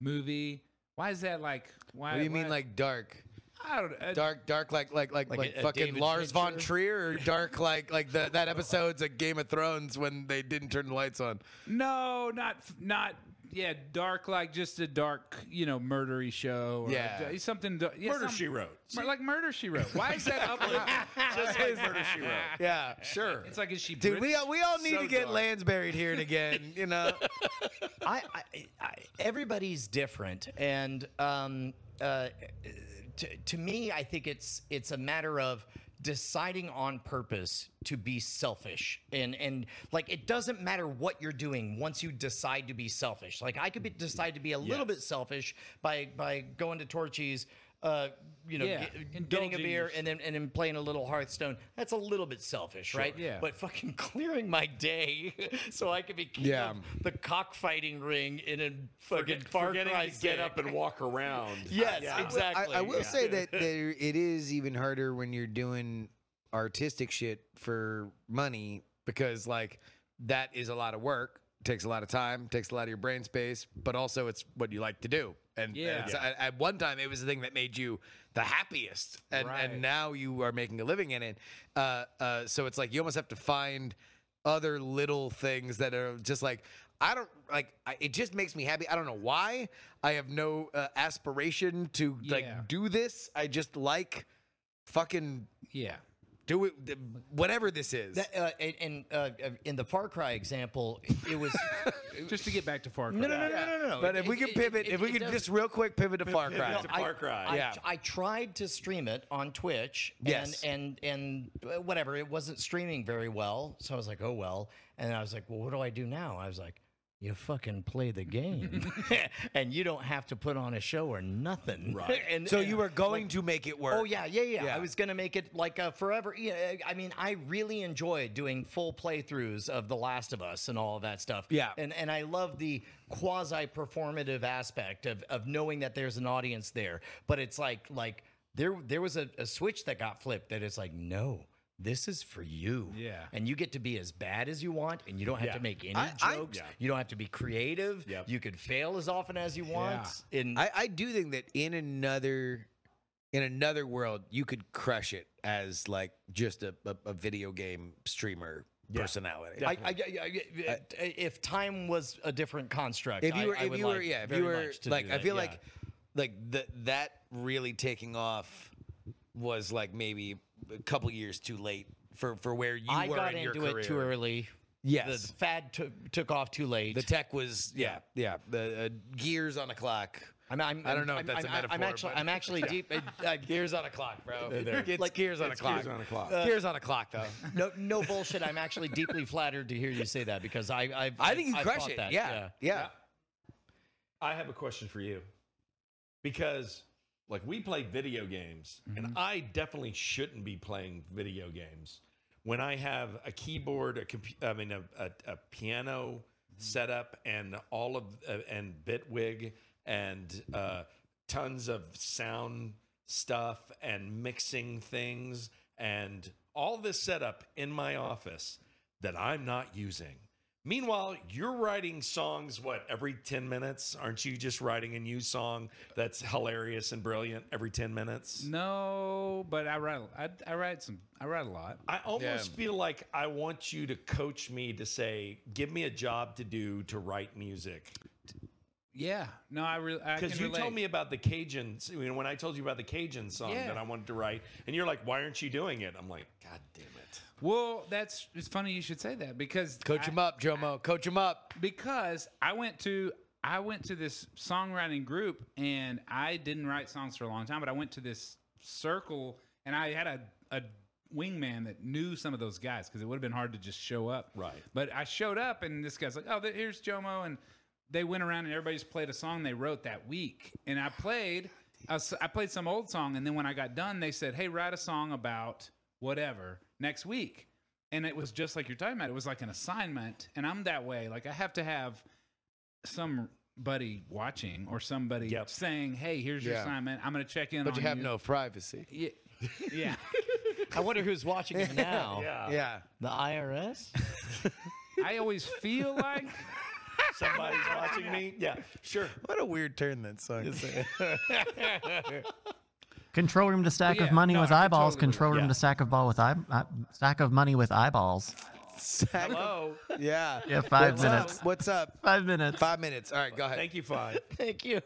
S4: movie? Why is that like? Why?
S2: what do you mean,
S4: why-
S2: like dark?
S4: I don't uh,
S2: Dark, dark, like like like like,
S5: a- a
S2: fucking
S5: David
S2: Lars von
S5: Fincher?
S2: Trier, or dark, like like the, that episode's of Game of Thrones when they didn't turn the lights on.
S4: No, not not yeah, dark like just a dark you know murdery show. Or
S2: Yeah.
S4: a- something da- yeah,
S3: Murder
S4: some-
S3: She Wrote.
S4: Mur- like murder she wrote. Why is that up?
S3: Just like Murder She Wrote.
S2: Yeah, sure.
S4: it's like is she
S2: Dude,
S4: Brit-
S2: we all, we all need
S3: So
S2: to get
S3: dark.
S2: Lansbury here again, you know.
S5: I, I, I everybody's different, and um, uh, to, to me, I think it's it's a matter of deciding on purpose to be selfish and and like it doesn't matter what you're doing once you decide to be selfish like i could be, decide to be a little bit selfish by by going to torchy's uh you know
S4: Yeah,
S5: get, getting a
S4: indulging
S5: beer
S4: yourself.
S5: and then and then playing a little hearthstone that's a little bit selfish right
S4: yeah.
S5: but fucking clearing my day so i could be king
S2: Yeah.
S5: of the cockfighting ring in a fucking Far
S3: Forgetting
S5: Cry
S3: to get up
S5: six.
S3: and walk around.
S5: Yes,
S3: Yeah.
S2: I,
S5: exactly.
S2: I will say that there, it is even harder when you're doing artistic shit for money because like that is a lot of work, takes a lot of time, takes a lot of your brain space, but also it's what you like to do. And, and
S4: Yeah.
S2: it's- at, at one time, it was the thing that made you the happiest, and
S4: Right.
S2: and now you are making a living in it. Uh, uh, so it's like you almost have to find other little things that are just like I don't like. I, it just makes me happy. I don't know why. I have no uh, aspiration to
S4: Yeah.
S2: like do this. I just like fucking
S4: yeah.
S2: Do we, th- whatever this is.
S5: That, uh, and and uh, in the Far Cry example, it was
S4: Just to get back to Far Cry.
S5: no, no, no, no, no, no, no.
S2: but
S5: It-
S2: if we
S5: it-
S2: can
S5: it-
S2: pivot,
S5: it-
S2: if we
S5: it
S2: can
S5: does-
S2: just real quick pivot to Far Cry.
S3: No, Far Cry.
S5: I,
S2: Yeah.
S5: I tried to stream it on Twitch. And,
S2: Yes.
S5: And and uh, whatever, it wasn't streaming very well. So I was like, oh well. And I was like, well, what do I do now? I was like, you fucking play the game, and you don't have to put on a show or nothing. Right. and
S2: so
S5: and-
S2: you were going to make it work.
S5: Oh yeah, yeah, yeah.
S2: Yeah.
S5: I was gonna make it like a forever. Yeah, I mean, I really enjoyed doing full playthroughs of The Last of Us and all of that stuff.
S2: Yeah.
S5: and and I love the quasi performative aspect of of knowing that there's an audience there. But it's like like there there was a, a switch that got flipped that it's like no. This is for you.
S4: Yeah.
S5: And you get to be as bad as you want, and you don't have to make any
S2: I- I-
S5: jokes.
S2: Yeah.
S5: You don't have to be creative.
S3: Yep.
S5: You could fail as often as you want. And
S2: I, I do think that in another in another world you could crush it as like just a, a, a video game streamer personality.
S5: I, I, I, I- eh, if time was a different construct,
S2: if you were
S5: I, I
S2: if
S5: would
S2: you were
S5: like
S2: yeah, if
S5: very
S2: you were
S5: much to do
S2: like I
S5: that,
S2: feel
S5: yeah.
S2: like like the, that really taking off was like maybe a couple years too late for for where you
S5: I
S2: were
S5: got
S2: in your
S5: into
S2: career.
S5: it too early.
S2: Yes.
S5: the fad took took off too late.
S2: The tech was yeah, yeah, the uh, gears on a clock.
S5: I'm, I'm,
S2: I don't know if
S5: I'm,
S2: that's a
S5: I'm, I'm
S2: metaphor,
S5: actually,
S2: but-
S5: I'm actually deep. Uh, gears on a clock, bro.
S2: It's
S5: Like-
S2: gears on a clock. Uh,
S3: on a clock.
S2: gears on a clock though.
S5: No, no bullshit. I'm actually deeply flattered to hear you say that because I, I,
S2: I think you
S5: I
S2: crush
S5: thought
S2: it.
S5: that,
S2: yeah. yeah.
S3: I have a question for you. Because like we play video games and I definitely shouldn't be playing video games when I have a keyboard, a compu- I mean a, a, a piano setup and all of uh, and Bitwig and uh, tons of sound stuff and mixing things and all this setup in my office that I'm not using. Meanwhile, you're writing songs, what, every 10 minutes? Aren't you just writing a new song that's hilarious and brilliant every 10 minutes?
S4: No, but I write. I, I write some. I write a lot.
S3: I almost feel like I want you to coach me to say, give me a job to do to write music.
S4: Yeah. No, I really.
S3: Because you told me about the Cajun, I mean, when I told you about the Cajun song
S4: Yeah.
S3: that I wanted to write, and you're like, why aren't you doing it? I'm like, God damn it.
S4: Well, that's. It's funny you should say that because
S2: Coach
S4: I-
S2: him up, Jomo. Coach him up.
S4: because I went to I went to this songwriting group and I didn't write songs for a long time, but I went to this circle and I had a, a wingman that knew some of those guys because it would have been hard to just show up.
S3: Right.
S4: But I showed up and this guy's like, "Oh, th- here's Jomo," and they went around and everybody just played a song they wrote that week, and I played. I s- I played some old song, and then when I got done, they said, "Hey, write a song about whatever next week." and it was just like you're talking about. It was like an assignment, and I'm that way. Like I have to have somebody watching or somebody
S3: Yep.
S4: saying, "Hey, here's your
S2: Yeah.
S4: assignment. I'm going to check in."
S2: But you
S4: on
S2: have no privacy.
S4: Yeah. yeah.
S5: I wonder who's watching it now.
S2: Yeah.
S5: The IRS.
S4: I always feel like
S3: Somebody's watching me? Yeah, sure.
S2: What a weird turn that song is.
S1: Control room to stack
S4: Well,
S1: of
S4: yeah,
S1: money
S4: no,
S1: with
S4: I
S1: eyeballs.
S4: totally
S1: Control room
S3: yeah.
S1: to stack of ball with eye, uh, stack of money with eyeballs.
S2: Hello. Yeah.
S1: Yeah, five
S2: What's
S1: minutes.
S2: Up? What's up?
S1: Five minutes.
S2: Five minutes. All right, go ahead.
S3: Thank you, Five.
S5: Thank you.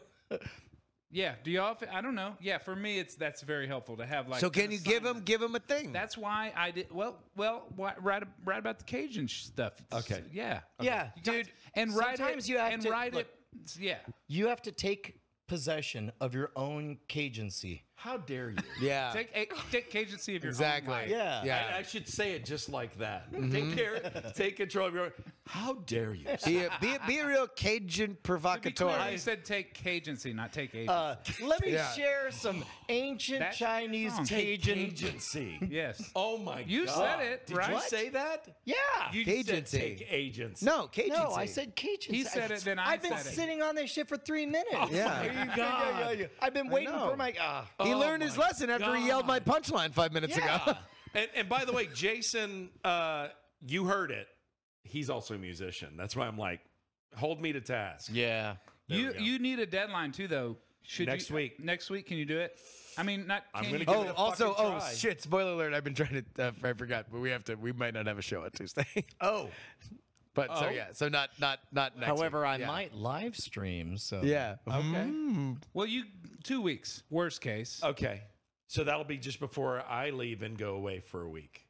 S4: yeah. Do y'all? Feel, I don't know. Yeah, for me, it's that's very helpful to have like.
S2: so
S4: an
S2: can you give him
S4: assignment.
S2: give him a thing?
S4: That's why I did well. Well, why, right, right about the Cajun sh- stuff. It's-
S3: Okay.
S4: Yeah.
S5: Yeah,
S4: Dude, and write
S5: Sometimes
S4: it,
S5: you have
S4: and
S5: to-
S4: write
S5: look.
S4: it. Yeah.
S5: You have to take possession of your own cagency.
S3: How dare you?
S2: yeah.
S4: Take a, take Cagency of your own
S2: exactly.
S4: life.
S5: Yeah.
S2: Yeah.
S3: I, I should say it just like that.
S4: Mm-hmm.
S3: Take care. Take control of your. How dare you?
S2: be, a, be, a, be a real Cajun
S4: To be clear,
S2: provocateur.
S4: I said take Cagency, not take agency.
S5: Uh, let me
S2: Yeah.
S5: share some ancient
S4: That's the
S5: Chinese
S4: song.
S5: Cajun.
S3: agency.
S4: yes.
S3: Oh my god.
S4: You said it,
S3: Did you
S4: right?
S3: say that?
S5: Yeah.
S3: You
S2: Agency.
S3: said take agency.
S2: no, Cajun.
S5: no, I said Cajun.
S4: He said it, then I
S5: I've been
S4: said it.
S5: sitting on this shit for three minutes.
S2: Yeah.
S5: Yeah, yeah, yeah. I've been waiting
S2: know.
S5: for my. ah.
S2: He learned
S4: Oh
S2: his lesson after he yelled my punchline five minutes ago.
S3: And and by the way, Jason, uh, you heard it. He's also a musician. That's why I'm like, hold me to task.
S5: yeah.
S4: You
S3: we go.
S4: you need a deadline too, though. Should
S3: Next
S4: you- uh,
S3: week.
S4: Next week, can you do it? I mean, not.
S3: I'm
S4: can
S3: gonna
S4: you
S3: give
S4: do
S3: it
S2: Oh,
S4: it?
S3: a
S2: also,
S3: fucking
S2: oh
S3: try.
S2: shit! Spoiler alert! I've been trying to. Uh, I forgot, but we have to. We might not have a show on Tuesday.
S5: Oh.
S2: but
S3: Oh.
S2: so yeah, so not not not next.
S5: However,
S2: week.
S5: I
S2: Yeah.
S5: might live stream. So
S2: Yeah.
S3: Mm.
S2: Oh,
S4: Well, you two weeks, worst case.
S3: Okay. So that'll be just before I leave and go away for a week.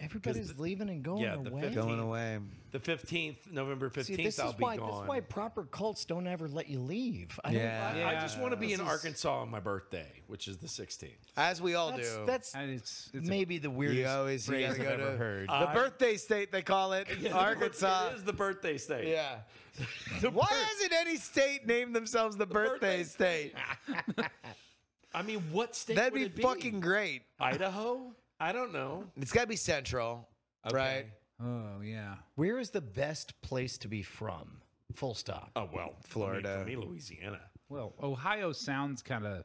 S5: Everybody's leaving and going
S3: yeah, the
S5: away.
S3: 15th.
S2: Going away.
S3: The 15th, November 15th,
S5: See, this
S3: I'll
S5: is
S3: be
S5: why
S3: gone.
S5: this is why proper cults don't ever let you leave. I
S2: Yeah.
S5: Don't, I-
S3: I just want to be
S5: This
S3: in
S5: is-
S3: Arkansas on my birthday, which is the 16th.
S2: As we all
S5: that's
S2: do.
S5: that's
S4: And it's, it's a-
S5: maybe the
S2: you
S5: weirdest
S2: always you
S5: phrase
S2: gotta
S5: I've
S2: go
S5: ever
S2: to
S5: heard.
S2: the birthday state they call it, Arkansas.
S3: It is the birthday state.
S2: Yeah. Why hasn't any state named themselves the, birthday,
S3: birthday
S2: state?
S3: I mean, what state
S2: That'd
S3: would
S2: be
S3: it be
S2: fucking great.
S3: Idaho? I don't know.
S2: It's got to be central, right?
S4: oh yeah.
S5: Where is the best place to be from? Full stop.
S3: Oh well,
S2: Florida.
S3: Me, Louisiana.
S4: Well, Ohio sounds kind of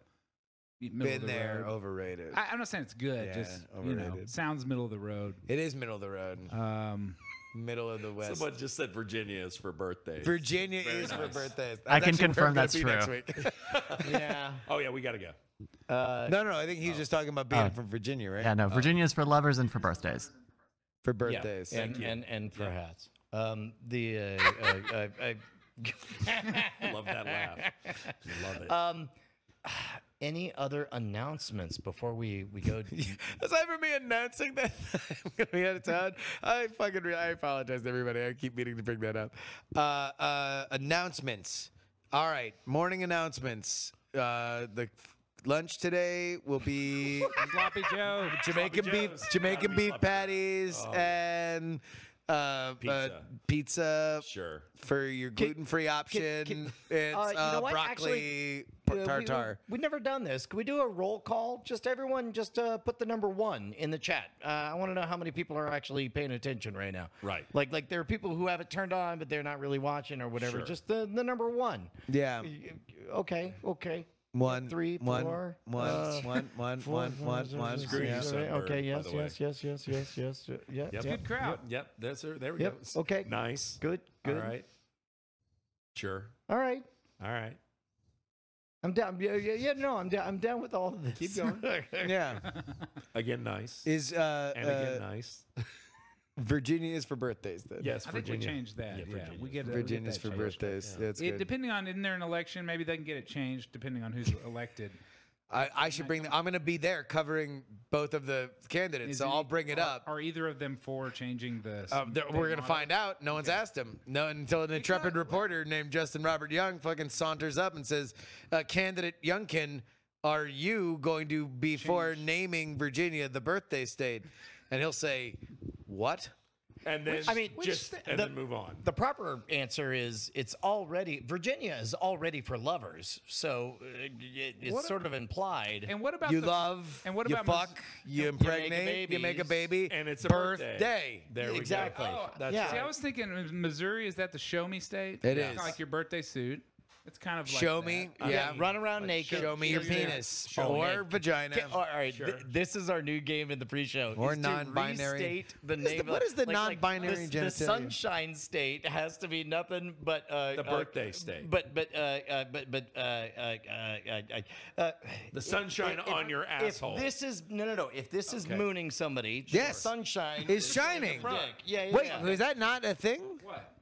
S4: middle of
S2: Been
S4: the
S2: there,
S4: road.
S2: overrated.
S4: I, I'm not saying it's good.
S2: Yeah,
S4: just you know,
S2: overrated.
S4: sounds middle of the road.
S2: it is middle of the road,
S4: Um,
S2: middle of the west.
S3: Someone just said Virginia is for birthdays.
S2: Virginia is for
S3: nice.
S2: birthdays.
S1: I
S2: That's
S1: can
S2: actually where
S1: confirm
S2: I'm gonna
S1: that's
S2: be next
S1: true.
S2: week.
S5: yeah.
S3: oh yeah, we gotta go.
S2: no, no, I think he's just talking about being
S1: Oh.
S2: from Virginia, right?
S1: Yeah, no, Virginia's for lovers and for birthdays.
S2: For birthdays.
S5: and, and and perhaps um, the uh, uh, uh, uh,
S3: Love that laugh. Love it.
S5: any other announcements before we we go?
S2: Aside from me announcing that I'm gonna be out of town, I fucking re- I apologize to everybody. I keep meaning to bring that up. Uh, uh, announcements. All right, morning announcements. Uh, the f- lunch today will be
S4: Sloppy Joe.
S2: Jamaican
S3: Sloppy
S2: beef,
S3: Joe's.
S2: Jamaican
S3: Gotta be
S2: beef
S3: Sloppy Joe.
S2: patties, and uh, pizza. Uh,
S3: Pizza.
S2: pizza.
S3: sure.
S2: For your gluten-free option, it's
S5: uh, you know
S2: uh,
S5: what?
S2: broccoli
S5: Actually,
S2: par-
S5: Uh, we-
S2: tartar.
S5: We, have never done this. Can we do a roll call? Just everyone, just uh, put the number one in the chat. Uh, I want to know how many people are actually paying attention right now.
S3: Right.
S5: Like, like there are people who have it turned on, but they're not really watching or whatever.
S3: Sure.
S5: Just the, the number one.
S2: Yeah.
S5: Okay. Okay.
S2: One,
S5: three,
S2: one,
S5: four,
S2: one,
S5: uh,
S2: one, one,
S5: four,
S2: one,
S5: four,
S2: one,
S5: zero,
S2: one.
S5: zero,
S3: Screw
S5: zero,
S3: you,
S5: zero,
S3: Sunbird,
S5: Okay. Yes.
S3: by the
S5: Yes. Yes. Yes. Yes. Yes. Yes. Yeah.
S3: Yep.
S5: yeah,
S3: Good
S4: crowd.
S3: Yep. That's her. There we
S5: Yep.
S3: go.
S5: Okay.
S3: Nice.
S5: Good. Good.
S3: All right. Sure.
S5: All right.
S3: All right.
S5: I'm down. Yeah, yeah, yeah no, I'm down. I'm down with all of this. Keep going.
S2: Yeah.
S3: Again, nice.
S2: Is uh,
S3: and again,
S2: uh
S3: nice.
S2: Virginia is for birthdays then.
S3: Yes,
S4: I think
S3: Virginia.
S4: we changed that.
S3: Yeah,
S4: Yeah,
S3: Virginia.
S4: we get we get
S2: Virginia's
S4: that
S2: for
S4: changed.
S2: birthdays. Yeah. it's
S4: It,
S2: good.
S4: depending on isn't there an election? Maybe they can get it changed depending on who's elected.
S2: I, I should bring. The, I'm going to be there covering both of the candidates,
S4: Is
S2: so
S4: it-
S2: I'll bring it
S4: are-
S2: up.
S4: Are either of them for changing the?
S2: Uh, th- we're going to find out. No one's asked him. No, until an intrepid reporter named Justin Robert Young fucking saunters up and says, uh, "Candidate Youngkin, are you going to be for naming Virginia the birthday state?" And he'll say, "What?"
S3: And then
S5: I mean, which
S3: just
S5: sta-
S3: and
S5: the-
S3: then move on.
S5: The proper answer is it's already Virginia is already for lovers, so uh, it, it's
S4: What a-
S5: sort of implied.
S4: And what about
S2: you
S4: the,
S2: love
S4: And what
S2: you
S4: about Miss-
S2: fuck you impregnate you make a baby
S3: And it's a Oh,
S2: birthday,
S3: birthday. There
S5: exactly.
S3: we go. that's
S5: yeah.
S4: See, I was thinking in Missouri is that the show me state?
S2: It
S4: It's kinda
S2: is.
S4: like your birthday suit. It's kind of like
S2: show
S4: that.
S2: me
S5: yeah,
S2: yeah
S5: run around naked.
S2: show me your
S5: Here's your-
S2: penis
S5: Show
S2: or
S5: naked.
S2: vagina
S5: Okay, all right, th- this is our new game in the pre-show.
S2: Or
S5: is to
S2: non-binary.
S5: restate the
S2: is the-
S5: name. of-
S2: what is the non-binary
S5: the, the
S2: genitalia?
S5: sunshine state has to be nothing but uh,
S3: The
S5: uh,
S3: birthday state.
S5: But but uh, uh, but but uh, uh, uh, uh, uh,
S3: The sunshine
S5: if-
S3: on your asshole.
S5: If this is no no no. If this is mooning somebody, the
S2: Yes.
S5: sunshine
S2: It's
S5: is in the
S2: shining.
S5: front. Yeah, yeah.
S2: wait
S5: yeah.
S2: is that not a thing
S4: What?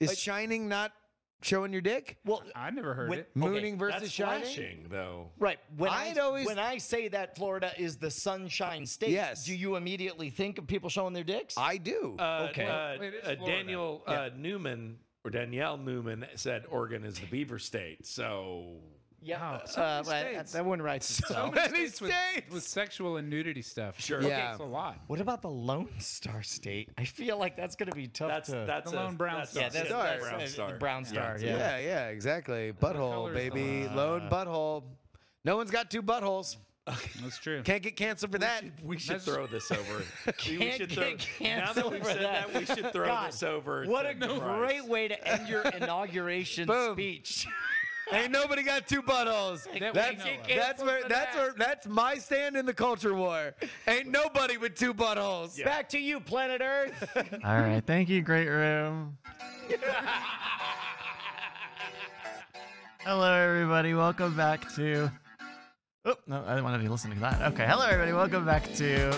S2: is shining not showing your dick
S5: well,
S4: I never heard
S5: When-
S4: it.
S2: mooning versus
S3: that's
S2: shining
S3: flashing, though.
S5: right. When I
S2: I'd always-
S5: when I say that Florida is the sunshine state,
S2: Yes.
S5: do you immediately think of people showing their dicks?
S2: i do
S3: Uh,
S5: Okay.
S3: Uh,
S4: It is
S3: uh,
S4: Florida.
S3: Daniel uh, Newman or Danielle Newman said Oregon is the beaver state. So
S5: yeah,
S4: Wow, so
S5: uh,
S4: many
S5: well, that,
S4: states.
S5: that one writes itself.
S2: many
S4: States with,
S2: states.
S4: with sexual and nudity stuff.
S3: Sure.
S4: Okay,
S2: Yeah.
S4: it's a lot.
S5: What about the Lone Star State? I feel like that's going to be tough.
S3: that's
S5: to,
S3: that's
S4: The
S3: a
S4: lone brown
S3: that's
S5: yeah,
S3: a-
S5: that's,
S2: Star.
S5: that's
S3: brown
S5: uh,
S3: star.
S5: the brown star. Yeah,
S2: yeah yeah exactly
S4: color
S2: butthole
S4: is the
S2: baby
S4: line?
S2: lone butthole no one's got two buttholes
S4: That's true.
S2: can't get canceled for that
S3: We should
S4: That's-
S3: throw this over. We- we
S5: Can't
S3: should
S5: get
S3: throw, now that
S5: canceled
S3: we've
S5: for
S3: said that.
S5: that.
S3: we should throw
S5: God,
S3: this over.
S5: What
S3: to
S5: a great
S3: Bryce.
S5: way to end your inauguration
S2: Boom.
S5: speech.
S2: Ain't nobody got two buttholes.
S4: That
S2: That's,
S4: we know of.
S2: that's where that's where that's my stand in the culture war. Ain't nobody with two buttholes.
S5: Back to you, planet Earth.
S1: All right. Thank you, Great Room. Hello, everybody. Welcome back to. Oh, no, I didn't want to be listening to that. Okay. Hello, everybody. Welcome back to.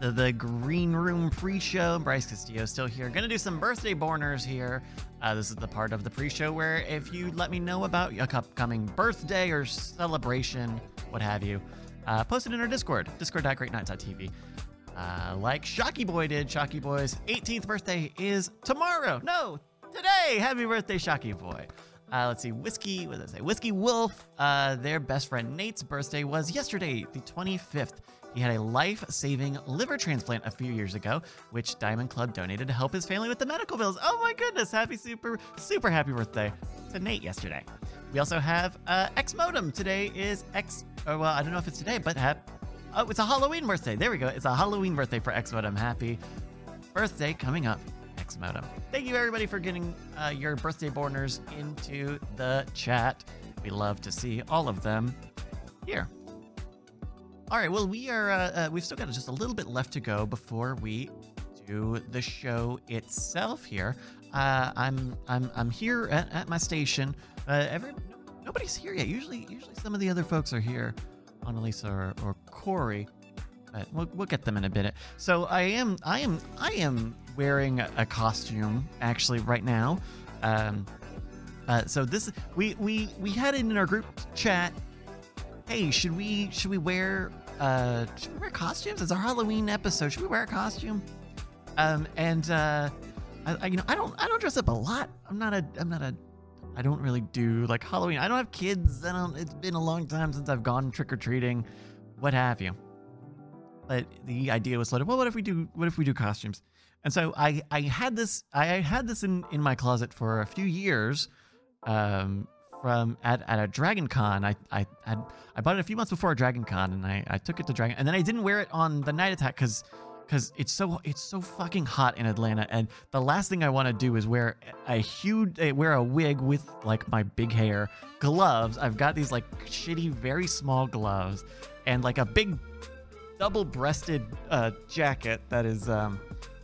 S1: The, the Green Room pre show. Bryce Castillo still here. Gonna do some birthday borners here. Uh, this is the part of the pre show where if you let me know about your upcoming birthday or celebration, what have you. Uh, post it in our Discord, discord.greatnight.tv. Uh, like Shocky Boy did, Shocky Boy's 18th birthday is tomorrow. No, today. Happy birthday, Shocky Boy. Uh, let's see, Whiskey, what did I say? Whiskey Wolf, uh, their best friend Nate's birthday was yesterday, the 25th. He had a life saving liver transplant a few years ago, which Diamond Club donated to help his family with the medical bills. Oh my goodness, happy, super, super happy birthday to Nate yesterday. We also have uh, X Modem. Today is X, or well, I don't know if it's today, but hap- oh, it's a Halloween birthday. There we go. It's a Halloween birthday for X Modem. Happy birthday coming up next modem. Thank you everybody for getting uh, your birthday borners into the chat. We love to see all of them here. All right, well we are uh, uh, we've still got just a little bit left to go before we do the show itself here. Uh, I'm I'm I'm here at, at my station. Uh, every nobody's here yet. Usually usually some of the other folks are here, Annalisa or, or Corey. But we'll, we'll get them in a minute. So I am I am I am wearing a costume actually right now. Um, uh, so this we we we had it in our group chat. Hey, should we should we wear uh should we wear costumes? It's our Halloween episode. Should we wear a costume? Um, and uh, I, I you know I don't I don't dress up a lot. I'm not a I'm not a I don't really do like Halloween. I don't have kids. I don't. It's been a long time since I've gone trick or treating, what have you but the idea was like, well, what if we do what if we do costumes? And so I I had this I had this in in my closet for a few years, um, from at, at a Dragon Con. I I had I bought it a few months before Dragon Con, and I I took it to Dragon, and then I didn't wear it on the Night Attack because. Cause it's so it's so fucking hot in Atlanta, and the last thing I want to do is wear a huge eh, wear a wig with like my big hair, gloves. I've got these like shitty, very small gloves, and like a big double-breasted uh, jacket that is um,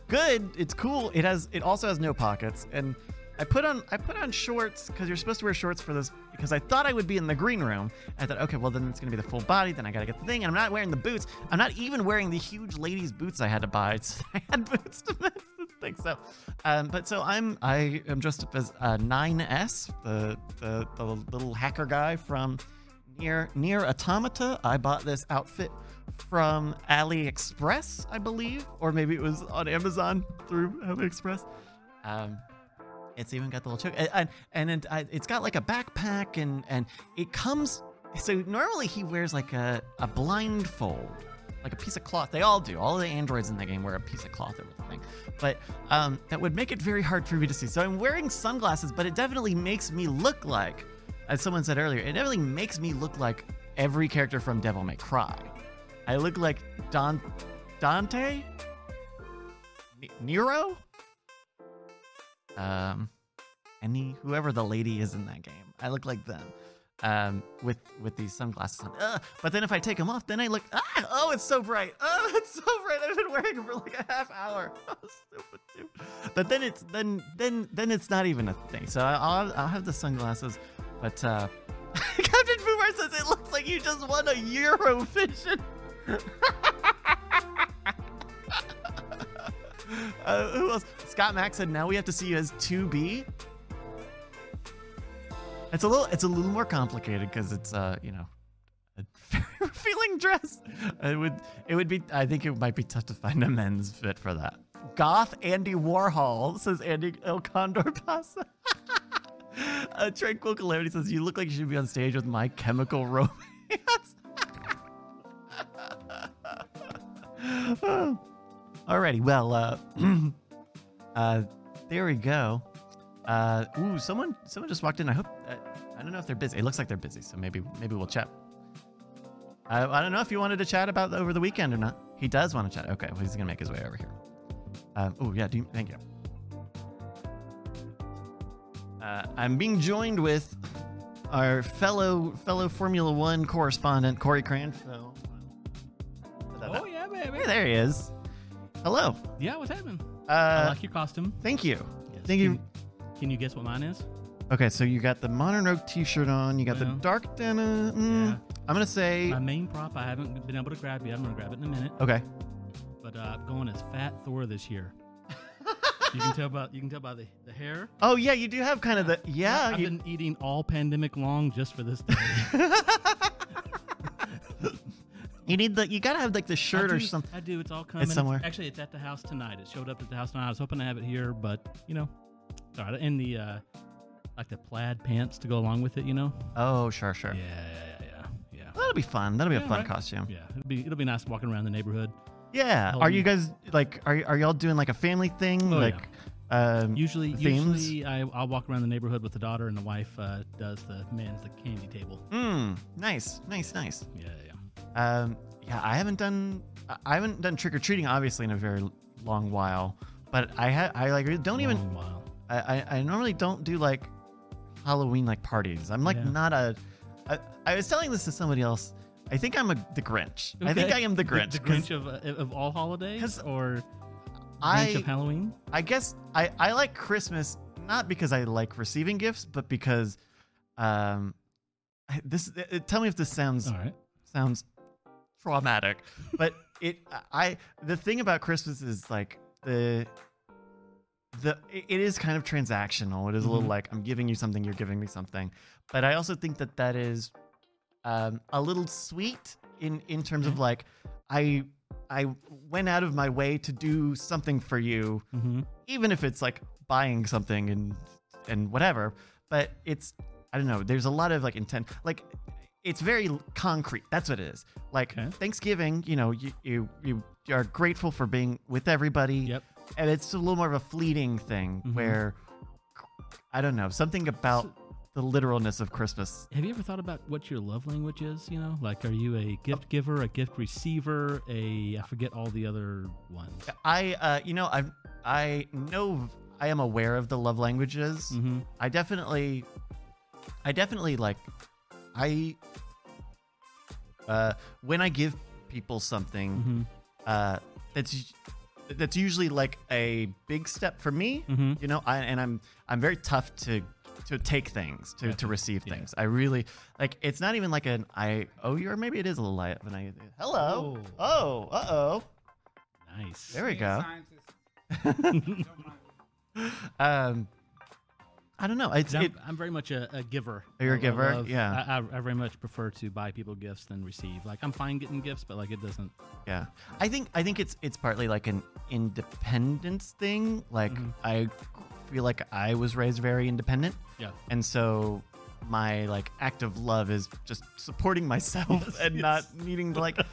S1: good. It's cool. It has. It also has no pockets. And I put on I put on shorts because you're supposed to wear shorts for this. Because I thought I would be in the green room. I thought, okay, well then it's gonna be the full body. Then I gotta get the thing. And I'm not wearing the boots. I'm not even wearing the huge ladies' boots I had to buy. I had boots to match this thing. So, um, but so I'm I am dressed up as uh, 9S, the, the the little hacker guy from near near Automata. I bought this outfit from AliExpress, I believe, or maybe it was on Amazon through AliExpress. Um, it's even got the little choke, and and, and it, I- it's got like a backpack, and and it comes. So normally he wears like a a blindfold, like a piece of cloth. They all do. All the androids in the game wear a piece of cloth over the thing, but um, that would make it very hard for me to see. So I'm wearing sunglasses, but it definitely makes me look like, as someone said earlier, it definitely makes me look like every character from Devil May Cry. I look like Don Dante N- Nero. Um, any whoever the lady is in that game, I look like them. Um, with with these sunglasses on. Ugh. But then if I take them off, then I look. Ah, oh, it's so bright. Oh, it's so bright. I've been wearing it for like a half hour. Oh, stupid dude. But then it's then then then it's not even a thing. So I- I'll I'll have the sunglasses, but. uh Captain Boomer says it looks like you just won a Eurovision. uh, who else? Scott Mack said now we have to see you as 2B. It's a little it's a little more complicated because it's uh, you know, a very revealing dress. It would it would be I think it might be tough to find a men's fit for that. Goth Andy Warhol says Andy El Condor Pasa. Uh, Tranquil Calamity says, You look like you should be on stage with my chemical romance. Alrighty, well, uh, uh, there we go. Uh, ooh, someone, someone just walked in. I hope, uh, I don't know if they're busy. It looks like they're busy, so maybe, maybe we'll chat. I, I don't know if you wanted to chat about the- over the weekend or not. He does want to chat. Okay, well, he's gonna make his way over here. Um, oh yeah, do you, thank you. Uh, I'm being joined with our fellow fellow Formula One correspondent Corey Cranfield.
S7: Oh yeah, baby.
S1: Hey, there he is. Hello.
S7: Yeah, what's happening? I
S1: Uh,
S7: like your costume.
S1: thank you.
S7: Yes.
S1: Thank you.
S7: Can, can you guess what mine is?
S1: Okay, so you got the Modern Rogue T-shirt on. You got the
S7: Well,
S1: dark denim. Mm,
S7: yeah.
S1: I'm gonna say.
S7: My main prop I haven't been able to grab yet. I'm gonna grab it in a minute.
S1: okay.
S7: But uh, I'm going as Fat Thor this year. you can tell by you can tell by the, the hair.
S1: Oh yeah, you do have kind of the yeah.
S7: I've
S1: Oh, you-
S7: been eating all pandemic long just for this day.
S1: You need the you gotta have like the shirt
S7: I
S1: or
S7: do-
S1: something.
S7: I do. It's all coming.
S1: somewhere.
S7: actually, it's at the house tonight. It showed up at the house tonight. I was hoping to have it here, but you know, sorry. In the uh, like the plaid pants to go along with it. You know.
S1: Oh, sure, sure.
S7: Yeah, yeah, yeah, yeah, yeah.
S1: That'll be fun. That'll be a
S7: Yeah,
S1: fun
S7: right.
S1: costume.
S7: Yeah, it'll be it'll be nice walking around the neighborhood.
S1: Yeah.
S7: Hell
S1: Are you
S7: yeah.
S1: guys like are y- are y'all doing like a family thing?
S7: Oh,
S1: like um
S7: Usually,
S1: themes?
S7: usually I, I'll walk around the neighborhood with the daughter and the wife uh, does the man's the candy table.
S1: Mm, nice, nice, nice.
S7: Yeah, yeah, yeah.
S1: Um yeah, I haven't done I- I haven't done trick or treating obviously in a very l- long while. But I ha- I like really don't even
S7: Long while.
S1: I, I, I normally don't do like Halloween like parties. I'm like
S7: Yeah.
S1: not a. I, I was telling this to somebody else. I think I'm a the Grinch. I think
S7: Okay.
S1: I am the Grinch.
S7: The, Grinch of, uh, of all holidays,
S1: 'cause
S7: or Grinch of
S1: I
S7: Halloween.
S1: I guess I I like Christmas not because I like receiving gifts, but because um I- this. uh, Tell me if this sounds
S7: All right.
S1: sounds traumatic but it i the thing about christmas is like the the it- it is kind of transactional it is a little
S7: Mhm.
S1: like i'm giving you something you're giving me something but i also think that that is um a little sweet in in terms
S7: Mm-hmm.
S1: of like i i went out of my way to do something for you
S7: Mm-hmm.
S1: even if it's like buying something and and whatever but it's i don't know there's a lot of like intent like it's very concrete that's what it is like
S7: Okay.
S1: thanksgiving you know you you you are grateful for being with everybody
S7: Yep.
S1: and it's a little more of a fleeting thing
S7: Mhm.
S1: where i don't know something about the literalness of christmas
S7: Have you ever thought about what your love language is? You know, like are you a gift giver, a gift receiver, a I forget all the other ones.
S1: i uh you know i i know i am aware of the love languages
S7: Mm-hmm.
S1: I definitely, I definitely like, I, uh, when I give people something,
S7: Mm-hmm.
S1: uh, that's that's usually like a big step for me.
S7: Mhm.
S1: You know, I, and I'm I'm very tough to to take things to to receive
S7: Yeah.
S1: things. I really like. It's not even like an I owe you, or maybe it is a little light. When I hello, oh, uh oh,
S7: Nice.
S1: there we go.
S4: Scientists.
S1: Um, I don't know. It's,
S7: 'Cause I'm,
S1: it,
S7: I'm very much a, a giver.
S1: Oh, You're a
S7: I- I
S1: giver?
S7: love-
S1: Yeah.
S7: I, I, I very much prefer to buy people gifts than receive. Like I'm fine getting gifts, but like it doesn't.
S1: Yeah, I think I think it's it's partly like an independence thing. Like
S7: Mm-hmm.
S1: I feel like I was raised very independent,
S7: Yeah.
S1: and so my like act of love is just supporting myself and not needing to like a-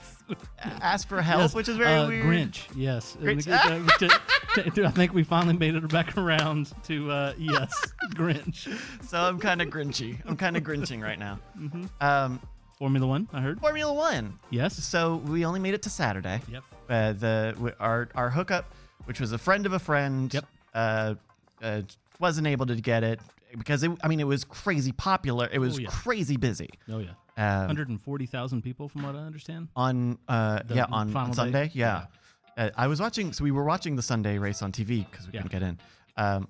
S1: ask for help,
S7: Yes,
S1: which is very
S7: uh,
S1: weird.
S7: Grinch. Yes.
S1: Grinch.
S7: And the- to- to- to- uh, I think we finally made it back around to uh, yes, Grinch.
S1: So I'm kind of grinchy. I'm kind of grinching right now.
S7: Mm-hmm.
S1: Um,
S7: Formula One. I heard.
S1: Formula One.
S7: Yes.
S1: So we only made it to Saturday.
S7: Yep.
S1: Uh, the w- our our hookup, which was a friend of a friend.
S7: Yep.
S1: Uh, uh, wasn't able to get it because it, I mean it was crazy popular. It was
S7: Oh, yeah.
S1: crazy busy.
S7: Oh yeah.
S1: Um,
S7: 140,000 people, from what I understand.
S1: on uh,
S7: The
S1: yeah on,
S7: final
S1: on
S7: day?
S1: Sunday. Yeah. Uh, I was watching. So we were watching the Sunday race on TV because we
S7: Yeah.
S1: couldn't get in. Um,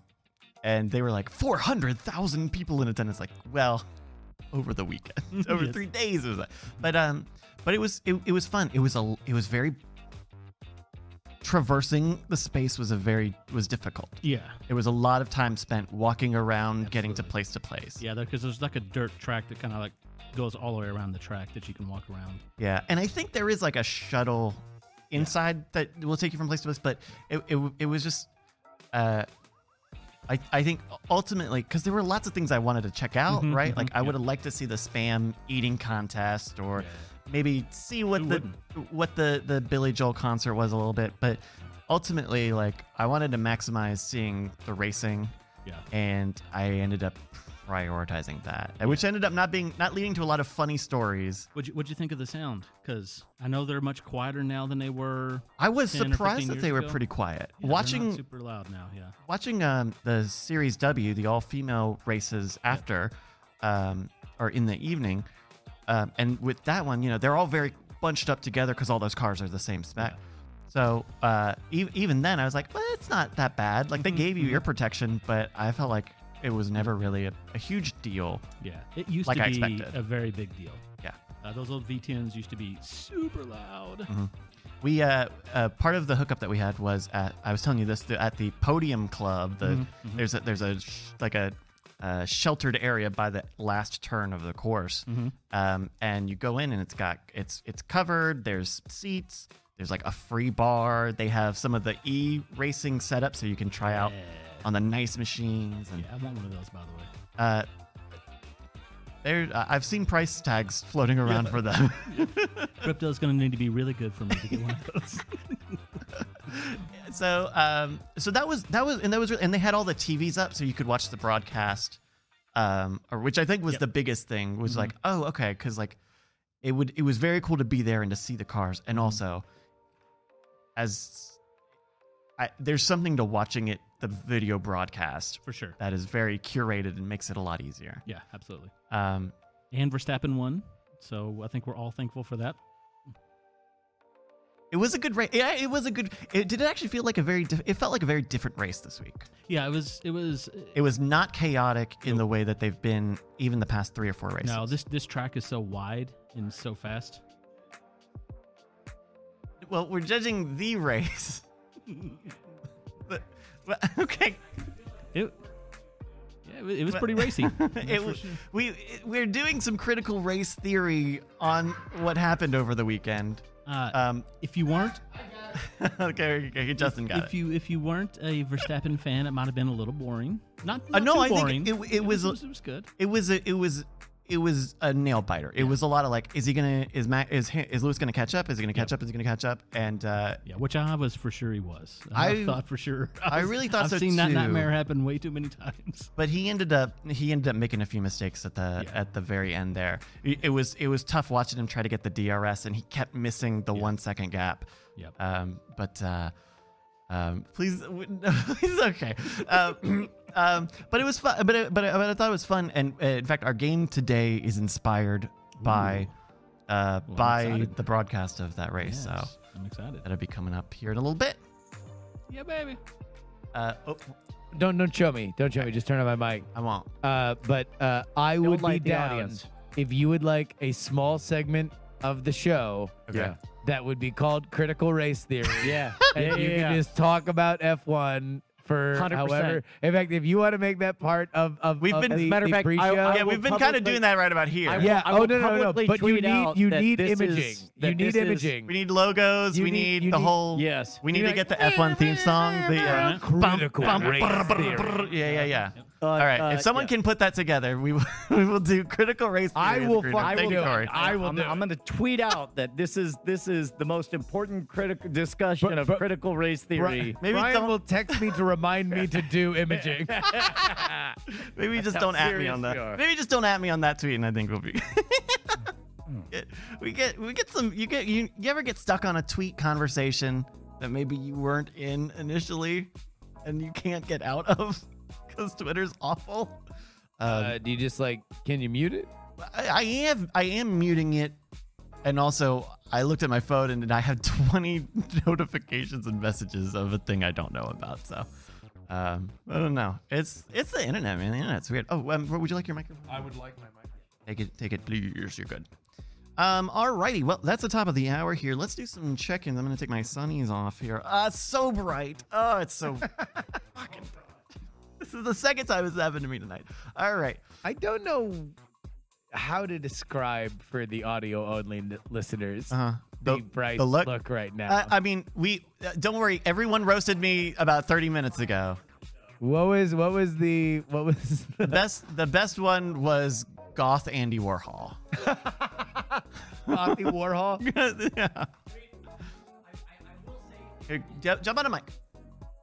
S1: and they were like four hundred thousand people in attendance. Like, well, over the weekend, over
S7: Yes.
S1: three days, it was like, but um, but it was it, it was fun. It was a it was very traversing the space was a very was difficult.
S7: Yeah.
S1: It was a lot of time spent walking around, getting to
S7: Absolutely.
S1: place to place.
S7: Yeah, because there's like a dirt track that kind of like goes all the way around the track that you can walk around.
S1: Yeah, and I think there is like a shuttle inside that will take you from place to place, but it it, it was just, uh, I I think ultimately because there were lots of things I wanted to check out,
S7: Mhm,
S1: right?
S7: mhm,
S1: like I
S7: yeah.
S1: would have liked to see the spam eating contest or maybe see what
S7: Who
S1: the what the the Billy Joel concert was a little bit, but ultimately like I wanted to maximize seeing the racing,
S7: Yeah.
S1: and I ended up prioritizing that, which ended up not being not leading to a lot of funny stories.
S7: What'd you, what'd you think of the sound? Because I know they're much quieter now than they were.
S1: I was
S7: 10 or 15
S1: surprised that
S7: years
S1: they were
S7: ago.
S1: pretty quiet.
S7: Yeah, they're not
S1: watching
S7: super loud now. Yeah.
S1: watching um, the Series W, the all female races after, um, or in the evening, um, and with that one, you know, they're all very bunched up together because all those cars are the same spec. So uh, e- even then, I was like, well, it's not that bad. Like
S7: Mm-hmm,
S1: they gave you ear protection, but I felt like it was never really a, a huge deal.
S7: Yeah. It used
S1: Like
S7: to
S1: I
S7: be
S1: expected.
S7: a very big deal.
S1: Yeah.
S7: Uh, those old V10s used to be super loud.
S1: We uh, uh, part of the hookup that we had was at I was telling you this the, at the Podium Club. The there's a, there's a sh- like a uh, sheltered area by the last turn of the course. Um, and you go in and it's got it's it's covered. There's seats. There's like a free bar. They have some of the e racing setup so you can try out on the nice machines and
S7: I want one of those, by the way.
S1: uh, there, uh, I've seen price tags floating around for them.
S7: Crypto's going to need to be really good for me to get one of those.
S1: so, um, so that was that was and that was and they had all the TVs up so you could watch the broadcast, um, or which I think was the biggest thing was
S7: Mm-hmm.
S1: like, oh, okay, because like it would it was very cool to be there and to see the cars,
S7: Mm-hmm.
S1: and also as I, there's something to watching it the video broadcast
S7: For sure.
S1: that is very curated and makes it a lot easier.
S7: Yeah, absolutely.
S1: Um,
S7: And Verstappen won. So I think we're all thankful for that.
S1: It was a good race. Yeah, it was a good. It did actually feel like a very. Diff- it felt like a very different race this week.
S7: Yeah, it was. It was.
S1: It was not chaotic in the way that they've been even the past three or four races.
S7: No, this this track is so wide and so fast.
S1: Well, we're judging the race. but, but- okay,
S7: It. Yeah, it was, it was pretty racy.
S1: it, w- we it- we're doing some critical race theory on what happened over the weekend.
S7: Uh,
S1: Um,
S7: if you weren't,
S1: okay, okay, Justin got
S7: if
S1: it.
S7: you if you weren't a Verstappen fan, it might have been a little boring. Not, not
S1: Uh, no,
S7: too
S1: I think
S7: boring.
S1: it- it was-
S7: It was, it was good.
S1: It was a, it was it was a nail biter. It was a lot of like, is he gonna is Matt is he- is Lewis gonna catch up? Is he gonna catch up? Is he gonna catch up? And uh,
S7: Yeah, which I was for sure he was. I,
S1: I-
S7: thought for sure.
S1: I
S7: was-
S1: really thought
S7: I've
S1: so
S7: seen that
S1: too.
S7: nightmare happen way too many times.
S1: but he ended up he ended up making a few mistakes at the at the very end there. It it was it was tough watching him try to get the DRS, and he kept missing the one second gap.
S7: Yep.
S1: Um, but uh, um, please, w- no, it's okay. Um, um, but it was fun. But it, but, I, but I thought it was fun, and uh, in fact, our game today is inspired by uh,
S7: I'm
S1: by
S7: excited.
S1: the broadcast of that race. So
S7: Yes, I'm excited.
S1: that'll be coming up here in a little bit.
S7: Yeah, baby.
S1: Uh, oh,
S6: Don't don't show me. Don't show me. Just turn on my mic.
S1: I won't.
S6: Uh, but uh, I would be
S5: light the
S6: down
S5: audience.
S6: if you would like a small segment of the show.
S1: Okay.
S6: That would be called critical race theory.
S5: Yeah.
S6: and
S5: yeah, yeah,
S6: you can
S5: yeah.
S6: just talk about F1 for
S5: 100%.
S6: however. In fact, if you want to make that part of of,
S1: We've
S6: of
S1: been-
S6: the,
S1: As a
S6: the
S5: matter of fact,
S6: pre-show,
S5: I- I
S1: Yeah,
S5: will
S1: we've been kind of
S5: publicly-
S1: doing that right about here.
S5: I will-
S6: yeah.
S5: I will
S6: oh no, no, no, no.
S5: publicly
S6: But you
S5: tweet
S6: need
S5: out
S6: you
S5: that
S6: need
S5: this is-
S6: imaging.
S5: that
S6: you need
S5: this is-
S6: imaging.
S1: We need logos.
S6: You
S1: we need,
S6: need- you
S1: the
S6: need-
S1: whole.
S5: yes.
S1: We need
S6: You
S1: to
S6: know,
S1: get the F1 theme song. The uh,
S6: Critical race theory.
S1: yeah, yeah, yeah.
S5: Uh,
S1: All right.
S5: uh,
S1: if someone
S5: yeah.
S1: can put that together, we will, we will do critical race.
S6: I
S1: theory as a
S6: will
S1: group.
S6: fuck- I
S1: Thank
S6: will
S1: you,
S6: do it.
S1: Corey.
S6: I will
S5: I'm,
S6: do
S5: I'm going to tweet out that this is this is the most important critical discussion
S6: But-
S5: of
S6: but-
S5: critical race theory.
S1: Maybe
S6: Brian
S1: don't-
S6: will text me to remind me to do imaging.
S1: Maybe just
S5: how
S1: don't at me
S5: serious
S1: on
S5: we are.
S1: that. Maybe just don't at me on that tweet, and I think we'll be. Get- we get we get some. You get you, you ever get stuck on a tweet conversation that maybe you weren't in initially, and you can't get out of because Twitter's awful. Um,
S6: uh, do you just like? Can you mute it?
S1: I, I am I am muting it, and also I looked at my phone and, I have 20 notifications and messages of a thing I don't know about. So um, I don't know. It's it's the internet, man. The internet's weird. Oh, um, would you like your microphone?
S8: I would like my microphone.
S1: Take it, take it, please. You're good. Um, alrighty. Well, that's the top of the hour here. Let's do some check-ins. I'm gonna take my sunnies off here. Ah, it's so bright. Oh, it's so fucking bright. This is the second time it's happened to me tonight. All right.
S6: I don't know how to describe for the audio only n- listeners
S1: Uh-huh.
S6: the,
S1: The-
S6: Bryce
S1: the
S6: look,
S1: look-
S6: right now.
S1: I, I mean, we uh, don't worry. Everyone roasted me about 30 minutes ago.
S6: what was what was the what was the,
S1: Best, the best one was goth Andy Warhol.
S6: Bobby Warhol?
S1: yeah. Here, ju- jump on a mic.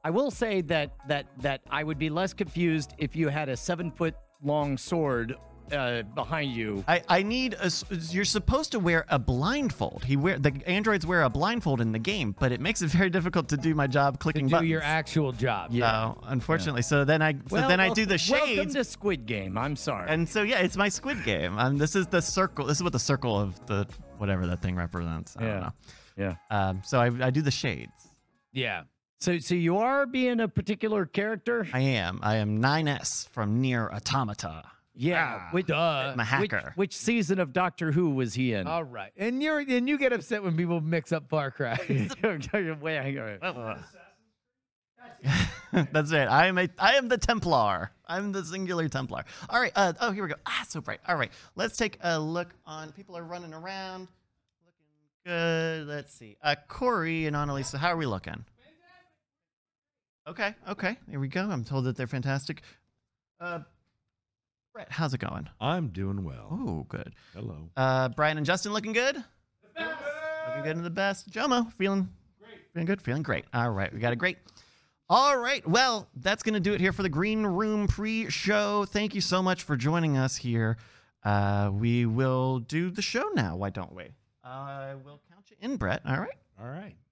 S5: I will say that that that I would be less confused if you had a seven foot long sword uh, behind you.
S1: I, I need a. s- You're supposed to wear a blindfold. He wear the androids wear a blindfold in the game, but it makes it very difficult to do my job
S6: To
S1: clicking
S6: do
S1: buttons.
S6: your actual job.
S1: No, unfortunately. So then I so
S5: Well,
S1: then I
S5: wel-
S1: do the
S5: Welcome
S1: shades.
S5: to Squid Game. I'm sorry.
S1: and so yeah, it's my Squid Game. Um, this is the circle. This is what the circle of the whatever that thing represents. I
S5: Yeah.
S1: don't know.
S5: yeah.
S1: Um, so I, I do the shades.
S6: Yeah.
S5: So so you are being a particular character.
S1: I am. I am 9S from Near Automata.
S5: yeah. Ah, Which, uh,
S6: Duh.
S1: I'm a
S5: which
S1: hacker.
S5: which season of Doctor Who was he in?
S6: All right. And you're and you get upset when people mix up Far Cry.
S5: Wait, hang on.
S1: That's right. I am a I am the Templar. I'm the singular Templar. All right. Uh, oh, here we go. Ah, so bright. All right. Let's take a look on. People are running around, looking good. Let's see. Uh, Corey and Annalisa, how are we looking? Okay. Okay. There we go. I'm told that they're fantastic. Uh, Brett, how's it going?
S9: I'm doing well.
S1: Oh, good.
S9: Hello.
S1: Uh, Brian and Justin looking good. Looking good and the best. Jomo feeling great. Feeling good. Feeling great. All right, we got a great. All right, well, that's gonna do it here for the Green Room pre-show. Thank you so much for joining us here. Uh, we will do the show now. Why don't we? I will count you in, Brett. All right.
S9: All right.